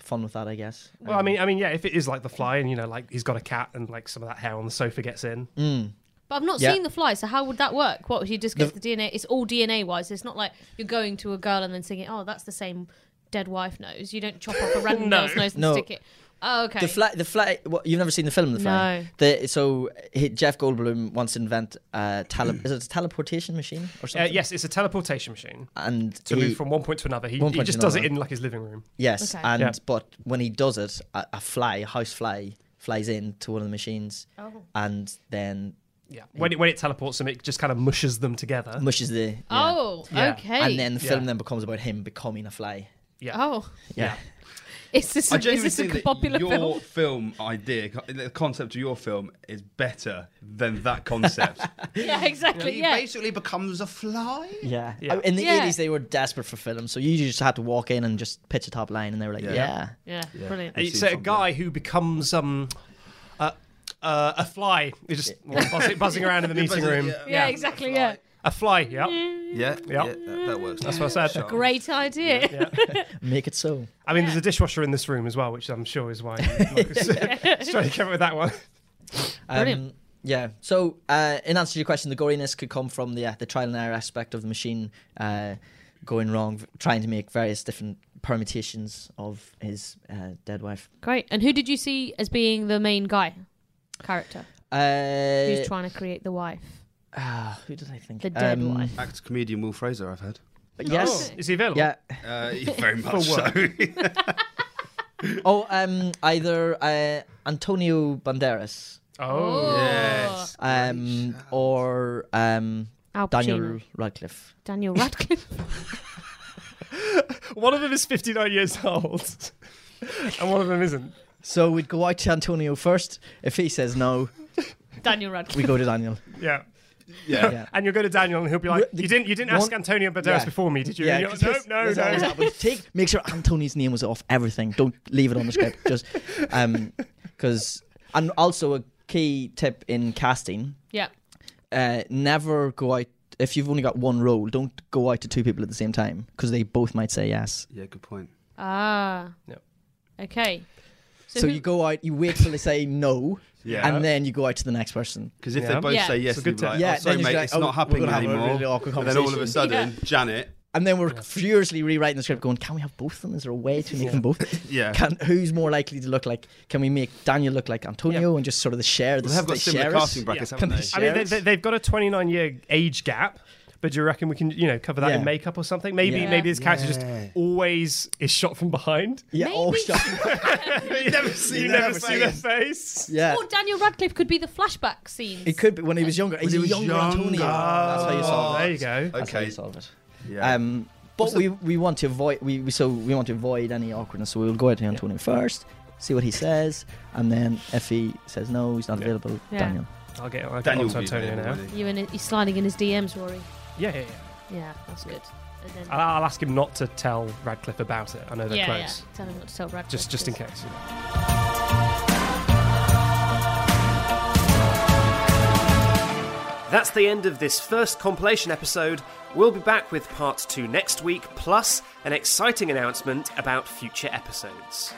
fun with that, I guess. Well, I mean, I mean, yeah. If it is like the fly, and you know, like he's got a cat, and like some of that hair on the sofa gets in. Mm. But I've not Yeah. seen the fly, so how would that work? What would you just get the, DNA? It's all DNA wise. It's not like you're going to a girl and then thinking, "Oh, that's the same dead wife nose." You don't chop off a random No. girl's nose and No. stick it. Oh, okay. The fly, the fly. What, you've never seen the film, the fly. No. The, so he, Jeff Goldblum wants to invent a tele, is it a teleportation machine or Uh, something? yes, it's a teleportation machine. And to he- move from one point to another, he, one he point to just does it another. in like his living room. Yes, and Yeah. but when he does it, a, a fly, a house fly, flies in to one of the machines, Oh. and then yeah, when it when it teleports them, it just kind of mushes them together. mushes the. yeah. Oh, Yeah. okay. And then the film Yeah. then becomes about him becoming a fly. Yeah. Oh, Yeah. is this I a, is genuinely this think a that popular your film? film idea, the concept of your film, is better than that concept. Yeah, exactly. He yeah. basically becomes a fly. Yeah. I- In the Yeah. 80s, they were desperate for films, so you just had to walk in and just pitch a top line, and they were like, yeah. Yeah. Uh, It's a guy who becomes um, uh, uh, a fly. He's just well, buzzing, buzzing around in the Yeah, meeting buzzing, room. yeah. Yeah, exactly. Yeah. A fly. Yep. Yeah. Yeah. that, works. That's what I said. Great idea. Make it so. I mean, there's a dishwasher in this room as well, which I'm sure is why. Marcus is trying to come up with that one. Brilliant. Um, yeah. So, uh, in answer to your question, the goriness could come from the uh, the trial and error aspect of the machine uh, going wrong, v- trying to make various different permutations of his uh, dead wife. Great. And who did you see as being the main guy character? Uh, Who's trying to create the wife? Ah, who did I think? The dead Um, wife. Actor comedian Will Fraser, I've heard. Yes. Is he available? Yeah. Uh, very much so. oh, um, either uh, Antonio Banderas. Oh. Yes. Um, or um, Al Daniel Pacino. Radcliffe. Daniel Radcliffe. Um, One of them is 59 years old, and one of them isn't. So we'd go out to Antonio first. If he says no, Daniel Radcliffe. we go to Daniel. Yeah. Yeah. and you'll go to Daniel, and he'll be like, "You didn't, you didn't ask one- Antonio Banderas Yeah. before me, did you?" Yeah, And you're 'cause like, this- no, this no, always no. happens. Take make sure Anthony's name was off everything. Don't leave it on the script. Just um, because and also a key tip in casting. Yeah. Uh, never go out if you've only got one role. Don't go out to two people at the same time because they both might say yes. Yeah, good point. Ah. Yep. Okay. So, who- you go out, you wait till they say no, Yeah. and then you go out to to the next person. Because if they both say yes, It's a good you'd be like, tip. oh, Yeah, sorry, then you'd mate, be like, it's "Oh, not we're happening gonna have a anymore. really awkward and then all of a conversation. sudden, Yeah. Janet. And then we're furiously rewriting the script, going, "Can we have both of them? Is there a way to make them both? Yeah. Can who's more likely to look like? Can we make Daniel look like Antonio and just sort of the share? The, they have got they similar share casting us? brackets, Can haven't they I share mean, they, us? they, they've got a 29 year age gap, but do you reckon we can, you know, cover that in Yeah. makeup or something? Maybe, Yeah. maybe this character Yeah. just always is shot from behind. Yeah, all shot. you never see, you You never never see see their it. face. Yeah. Or Daniel Radcliffe could be the flashback scene. It could be when he was younger. He's he a was younger, younger. Antonio. That's how you solve it. There you go. That's how Okay. you solve it. Yeah. Um, but we, we want to avoid we, we so we want to avoid any awkwardness. So we'll go out to Antonio first, see what he says, and then if he says no, he's not available. Yeah. Daniel. I'll get, I'll get Daniel onto will be Antonio now. available, You and he's sliding in his DMs, Rory. Yeah, yeah, yeah. Yeah, that's good. And then, I'll, I'll ask him not to tell Radcliffe about it. I know they're yeah, close. yeah. Tell him not to tell Radcliffe. Just, just in because- case. you know. That's the end of this first compilation episode. We'll be back with part two next week, plus an exciting announcement about future episodes.